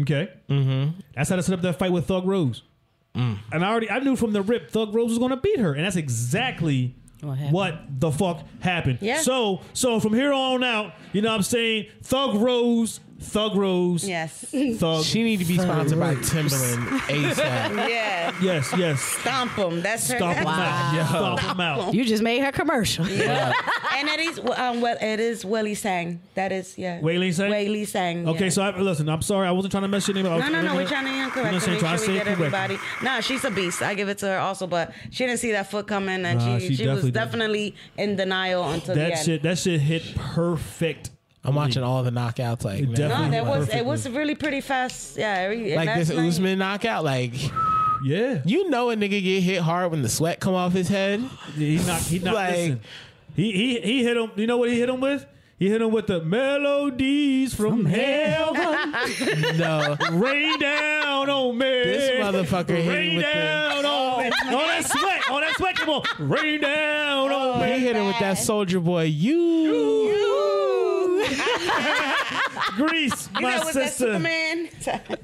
okay, mm-hmm. that's how they set up that fight with Thug Rose.
Mm.
And I already I knew from the rip Thug Rose was going to beat her, and that's exactly
What
what,
happened.
the fuck happened.
Yeah.
So so from here on out, you know what I'm saying Thug Rose, Thug Rose,
Yes.
Thug.
She need to be sponsored by Timberland ASAP.
yeah.
yes, yes.
Stomp him. That's her.
Stomp him out. Yeah, stomp him out.
You just made her commercial.
and it is um, well, it is Willie Sang. That is yeah.
Wei Ling Sang?
Willie Sang.
Okay,
yeah.
so I, listen, I'm sorry, I wasn't trying to mess your name up. I was-
No, no, no.
I-
We're trying to
you know what I'm
incorrect.
saying?
Make
Try
sure
to say
we
it
get
correctly.
everybody. Nah, she's a beast. I give it to her also, but she didn't see that foot coming, and
Nah,
she,
she
she,
definitely
was definitely in denial until the
That
end.
shit, that shit hit perfect.
I'm watching all the knockouts. Like, man,
definitely
no, that was it
Perfectly.
was really pretty fast. Yeah, every,
like this
last night-
Usman knockout. Like
Yeah.
You know a nigga get hit hard when the sweat come off his head.
He not. He not.
Like-
listen. He he he hit him. You know what he hit him with? He hit him with the melodies from heaven
No.
rain down on me.
This motherfucker hit him
rain
with the- Oh,
down on me. All that sweat. All that sweat. Come on, rain down on
he
me.
hit him with that soldier boy. You.
Grease, my
That was that
sister.
Superman.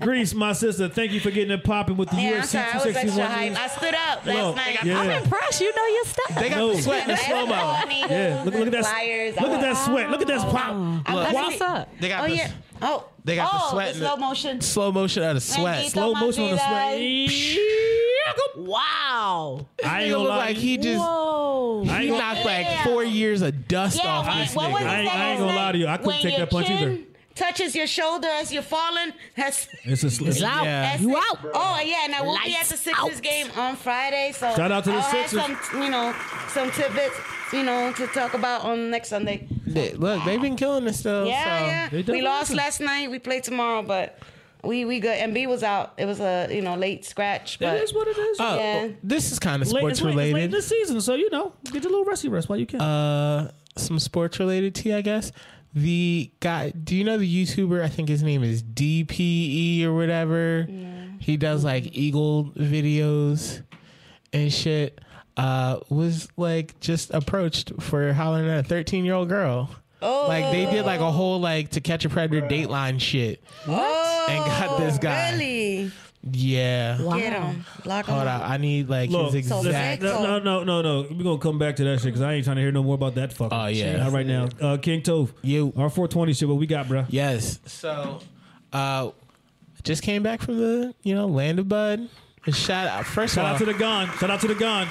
Grease, my sister. Thank you for getting it popping with the
Yeah, I'm
UFC
sorry. I was extra
261.
hype. I stood up last
Look,
night.
yeah.
I'm impressed. You know your stuff.
They got
No.
the sweat in the
Last
slow mo.
night, I
Yeah, look, look at that.
Flyers.
Look at that
Oh.
sweat. Look at that pop.
Look,
That's what's up.
They got
Oh
the
yeah. Oh.
They got the
oh,
sweat in
slow
it.
motion.
slow motion out of sweat.
Slow
Slow motion on the sweat.
Wow.
I ain't
Nigga
gonna
look
lie.
like he just
Whoa.
I
he
ain't gonna-
knocked like four years of dust
Yeah,
off
when-
this
what was
nigga.
it?
I ain't, I ain't gonna lie to you. I couldn't
When
take
your
that punch
chin
either.
Touches your shoulder as you're falling. That's
It's a slip.
It's out.
Yeah.
You out.
Oh yeah, and I will be at
Lights
the Sixers
out.
game on Friday. So
Shout out to the
I'll have
Sixers.
Some, you know, some tidbits, you know, to talk about on next Sunday.
They- Look, they've been killing us though. so.
Yeah,
They
yeah.
done
We lost
nothing.
last night. We play tomorrow, but we we good. And B was out. It was a you know late scratch, but
It is what it is.
Oh,
Yeah.
this is kind of
Late- it's
sports
late- it's Late in
related.
the season, so you know, get your little resty rest while you can.
uh, some sports related tea, I guess. The guy, do you know the YouTuber? I think his name is DPE or whatever. He does like eagle videos and shit. Uh, was like just approached for hollering at a 13 year old girl. Oh. Like they did like a whole like to catch a predator Dateline shit.
oh,
And got this guy.
Really?
Yeah.
Get him. Lock him.
Hold on,
up.
I need like
Look,
his
So
exact.
Zach-
no, no, no, no. We're gonna come back to that shit because I ain't trying to hear no more about that fucking.
Oh, yeah.
shit. Not right now. Uh, King Tove.
You.
Our 420 shit. What we got, bro?
Yes. So, uh, just came back from the you know land of bud. A shout out first
Shout
of all,
out to the gun. Shout out to the gun.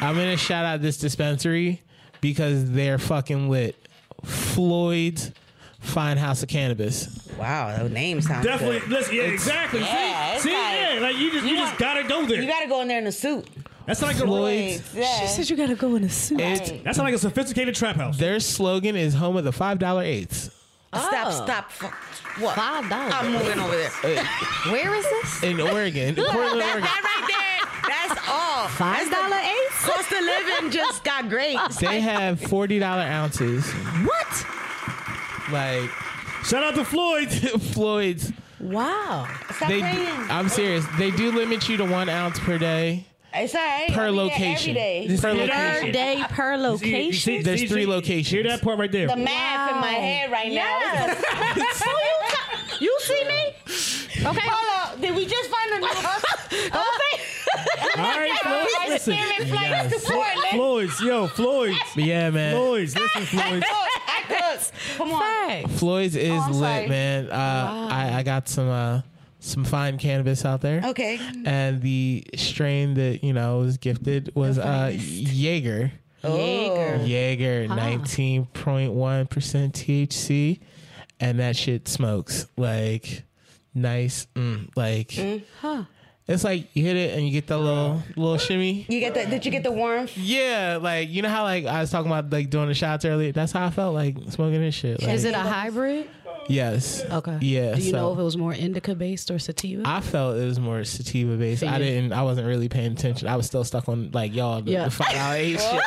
I'm gonna shout out this dispensary because they're fucking lit. Floyd's Fine House of Cannabis.
Wow, that name sounds
Definitely.
Good.
Listen. Yeah. exactly.
yeah,
see.
it's
See.
like-
yeah. Like you just. You,
you
just
want-
gotta go there.
You got to go in there in a suit.
That's like a.
Floyd's.
She
Yeah.
said you gotta go in a suit.
It's,
That's like a sophisticated trap house.
their slogan is home of the five dollar eights.
Stop! Stop! Fuck. What?
Oh. Five
I'm
dollars.
moving over there.
Where is this?
in Oregon, in Portland,
That,
Oregon.
that right there. That's all.
Five dollar eights.
Cost of living just got great.
They have forty dollar ounces.
What?
Like
Shout out to Floyd.
Floyd's,
Wow.
Stop
they.
playing.
I'm serious. They do limit you to one ounce per day.
It's all right.
per
I'll be there
location.
Every day.
Per
Hear that?
Per
location.
day per
You see-
location.
There's
see-
three
see-
locations.
Hear that part right there.
The math in my
Wow.
head right now.
Yes. oh, you, you see me? Okay.
Hold up. Did we just find a new husband?
Don't say.
All right, Floyd.
I
Listen.
spirit flights
Yes.
to Portland.
Floyd's, yo, Floyd's,
But yeah, man.
Floyd's, listen, Floyd's.
I cook. Come on.
Facts.
Floyd's is
I'm
lit,
sorry.
man. Uh, I, I got some uh, some fine cannabis out there.
Okay.
And the strain that you know was gifted was uh, Jaeger.
Oh.
Jaeger, nineteen point one percent THC, and that shit smokes like nice. Mm, like
Mm-hmm.
it's like you hit it and you get that little little shimmy.
You get the? Did you get the warmth?
Yeah, like you know how like I was talking about like doing the shots earlier. That's how I felt like smoking this shit. Like,
Is it a hybrid?
yes.
Okay.
Yeah,
Do you
so-
know if it was more indica based or sativa?
I felt it was more sativa based. I
you.
didn't. I wasn't really paying attention. I was still stuck on like y'all the,
Yeah.
the five dollar eight shit.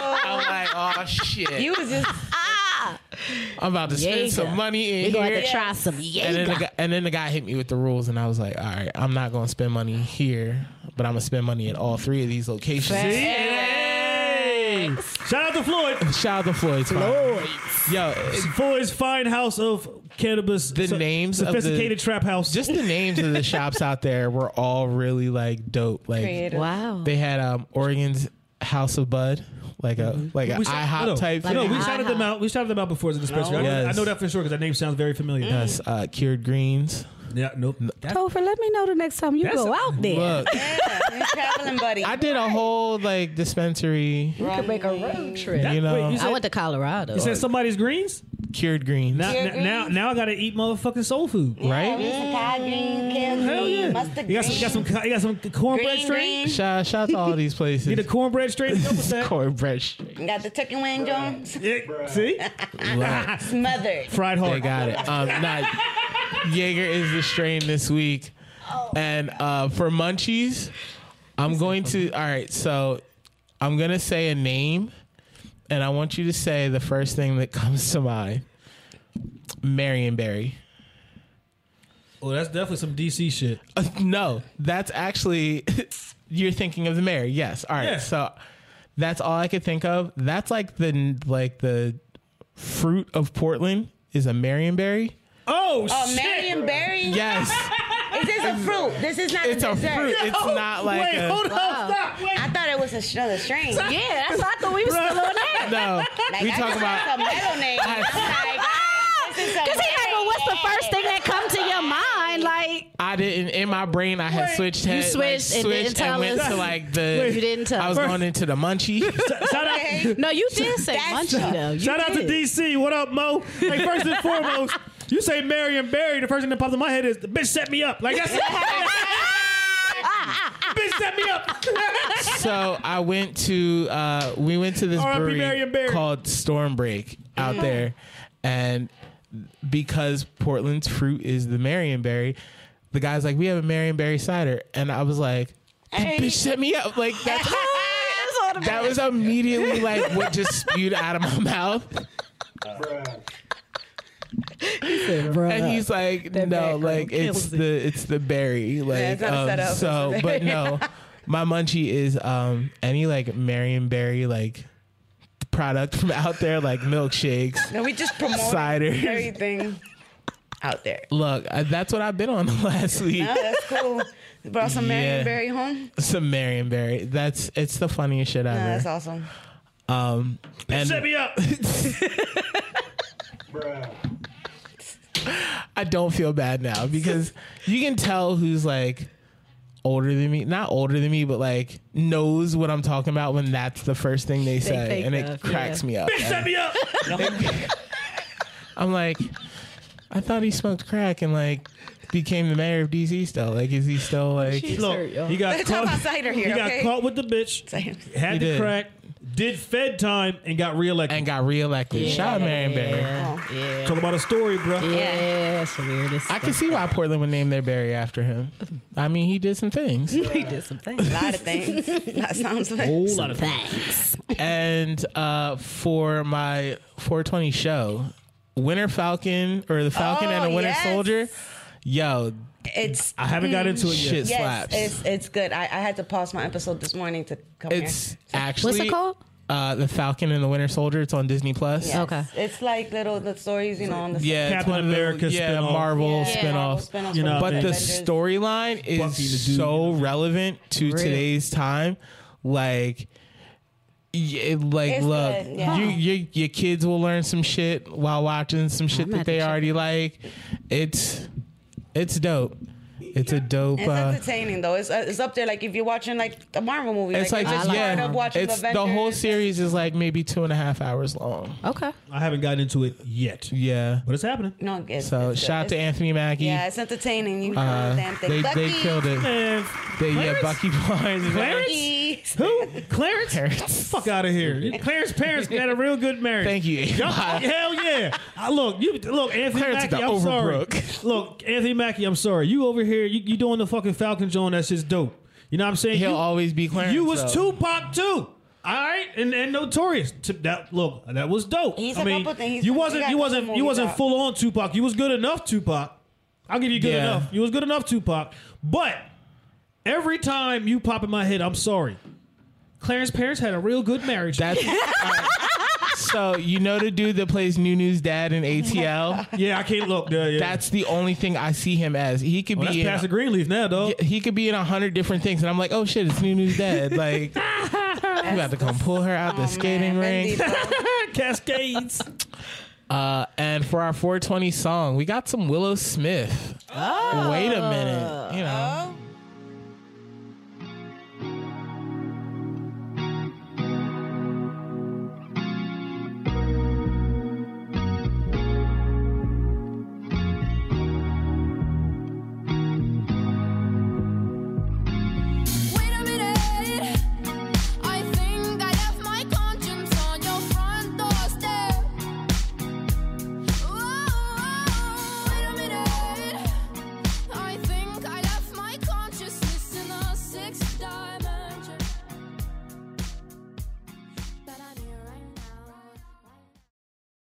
I'm like, oh shit!
You was just.
I'm about to spend
Yeah.
some money in
we
here.
going to try some
and then, the
Jaeger.
guy, and then the guy hit me with the rules, and I was like, "All right, I'm not gonna spend money here, but I'm gonna spend money at all three of these locations."
Hey. Shout out to Floyd.
Shout out to Floyd's. Farm. Yo, it-
Floyd's fine house of cannabis.
The names of the-
sophisticated trap house.
just the names of the shops out there were all really like dope. Like
Creative.
Wow.
they had um Oregon's House of Bud, like
Mm-hmm.
a like a
shout-
IHOP
no,
type.
No,
thing.
we shouted them out. We shouted them out before as a dispensary. I, know,
Yes.
I know that for sure because that name sounds very familiar.
That's uh, cured greens.
Yeah, nope. That's,
Topher, let me know the next time you
That's
go
a-
out there.
Look,
Yeah, you traveling buddy.
I did a whole like dispensary,
You could make a road trip.
you know,
wait, you said,
I went to Colorado.
you said somebody's greens?
cured greens.
Now,
Your
now, now,
greens?
now I got to eat motherfucking soul food.
right?
Yeah, cacao green, kale
Hell
green,
yeah.
mustard
You got some, you got some,
green,
you got some cornbread
green,
straight?
green.
Shout, shout out to all these
Get a
places.
cornbread straight. and go with that.
Cornbread straight.
Got the turkey wing Jones
Yeah, see?
Right.
smothered.
Fried
They
hard.
got it. Um, not Jaeger is the strain this week. And uh, for munchies, I'm going to. All right, so I'm gonna say a name, and I want you to say the first thing that comes to mind. Marion Barry.
Oh, that's definitely some DC shit.
Uh, no, that's actually you're thinking of the mayor. Yes. All right.
Yeah.
So that's all I could think of. That's like the like the fruit of Portland is a Marionberry.
Oh,
Oh,
shit.
Marion Barry?
Yes,
Is this a fruit? This is not
it's
a
a
dessert.
fruit. It's not like
Wait,
a,
hold on, stop. Wait.
I thought it was a sh- another strain. Like,
Yeah, that's why I thought we were still on that.
no. we
I
talking
just
about
heard some metal name. I'm like, ah, this is a
Cause he like, well, what's the first thing that come to your mind? Like,
I didn't in my brain. I had switched heads.
switched and didn't tell
went
us.
to like the.
You didn't tell
I was
us.
going into the munchie.
Shout out.
no, you did say munchie though. You
Shout out to
did.
DC. What up, Mo? Hey, first and foremost, you say Marion Barry. The first thing that pops in my head is the bitch set me up. Like that's bitch set me up.
so I went to uh, we went to this
R.I.P.
brewery
Marion Barry.
called Stormbreak out there, and because Portland's fruit is the Marionberry, the guy's like, "We have a Marionberry cider," and I was like, "That "Bitch, set me up!" Like that's that was immediately like what just spewed out of my mouth. And he's like, no, like it's the it's the berry, like
it's not a
um,
setup,
so.
it's a
But no, my munchie is um any like Marion Berry like product from out there, like milkshakes,
No, we just promote
cider.
everything out there.
Look, I, that's what I've been on the last week.
Oh, that's cool. You brought some
Yeah.
Marion Barry home.
Some Marion Berry. That's it's the funniest shit
No, that's
ever.
awesome.
um, and
set me up.
I don't feel bad now because you can tell who's like older than me, not older than me, but like knows what I'm talking about when that's the first thing they say,
think
and it
of,
cracks
yeah.
me up.
set me up.
I'm like, I thought he smoked crack and like became the mayor of DC still. Like, is he still like?
Look, he got
Let's talk about
caught.
cider
He
here,
got
okay?
caught with the bitch.
Damn.
Had
He
the
did.
crack. Did Fed time and got reelected.
And got reelected. Shout out Marion Barry.
Oh,
Yeah.
Talk about a story, bro.
Yeah, that's the weirdest.
I can see why Portland would name their Barry after him. I mean, he did some things.
he did some things.
A lot of things. That sounds like.
Whole lot of
Thanks.
and uh, for my 420 show, Winter Falcon or the Falcon
Oh,
and the Winter
yes.
Soldier, yo,
It's
I haven't got into it yet.
shit
yes,
slaps. It's,
it's it's good. I, I had to pause my episode this morning to come here.
actually
What's it called?
Uh, the Falcon and the Winter Soldier. It's on Disney Plus.
Yes.
Okay.
It's like little the stories, you know, on the
Yeah, it's
Captain
one of the-
America
yeah,
spinoff.
Marvel
Yeah, Marvel
spinoffs.
spin-offs
You
from
know,
But the
Avengers.
storyline is
Bucky the Dude.
so relevant to
Really?
today's time. Like, y- it, like
It's
look,
good, yeah.
you, you, your kids will learn some shit while watching some shit
gonna
that they
have to
already like. It's it's dope. It's a dope.
It's
uh,
entertaining though. It's uh, it's up there. Like if you're watching like a Marvel movie,
it's like
you're
just
bored
yeah.
of watching
It's the
Avengers.
whole series is like maybe two and a half hours long.
Okay.
I haven't gotten into it yet.
Yeah.
But it's happening.
No, it's,
So
it's
shout out to
it's-
Anthony Mackie.
Yeah, it's entertaining. You know
Uh,
the damn thing.
they,
Bucky,
they killed it.
Man,
They, yeah, Bucky Barnes.
Bucky.
who? Clarence?
Parents.
Fuck out of here. Clarence parents had a real good marriage.
Thank you.
Y'all- hell yeah. I, look, you look, Anthony
Clarence
Mackie,
the
I'm
Overbrook.
sorry. Look, Anthony Mackie, I'm sorry. You over here, you, you doing the fucking Falcon John, that's just dope. You know what I'm saying?
He'll
you,
always be Clarence.
You was
though.
Tupac too. All right, and, and notorious. T- That look, that was dope.
He's
I
a
mean,
couple things. He's-
you
he
wasn't,
got
you
a
wasn't,
couple
you wasn't
movies out.
full on Tupac. You was good enough, Tupac. I'll give you good
Yeah.
enough. You was good enough, Tupac. But every time you pop in my head, I'm sorry. Clarence parents had a real good marriage.
That's alright. so you know the dude that plays New News Dad in ATL.
Oh yeah, I can't look. Yeah, yeah.
That's the only thing I see him as. He could
well, that's
be in,
Pastor Greenleaf now, though.
he could be in a hundred different things, and I'm like, oh shit, it's New News Dad. Like, you got to come pull her
Oh,
out the skating ring.
Cascades.
Uh, and
Oh.
for our 420 song, we got some Willow Smith. Wait a minute, you know.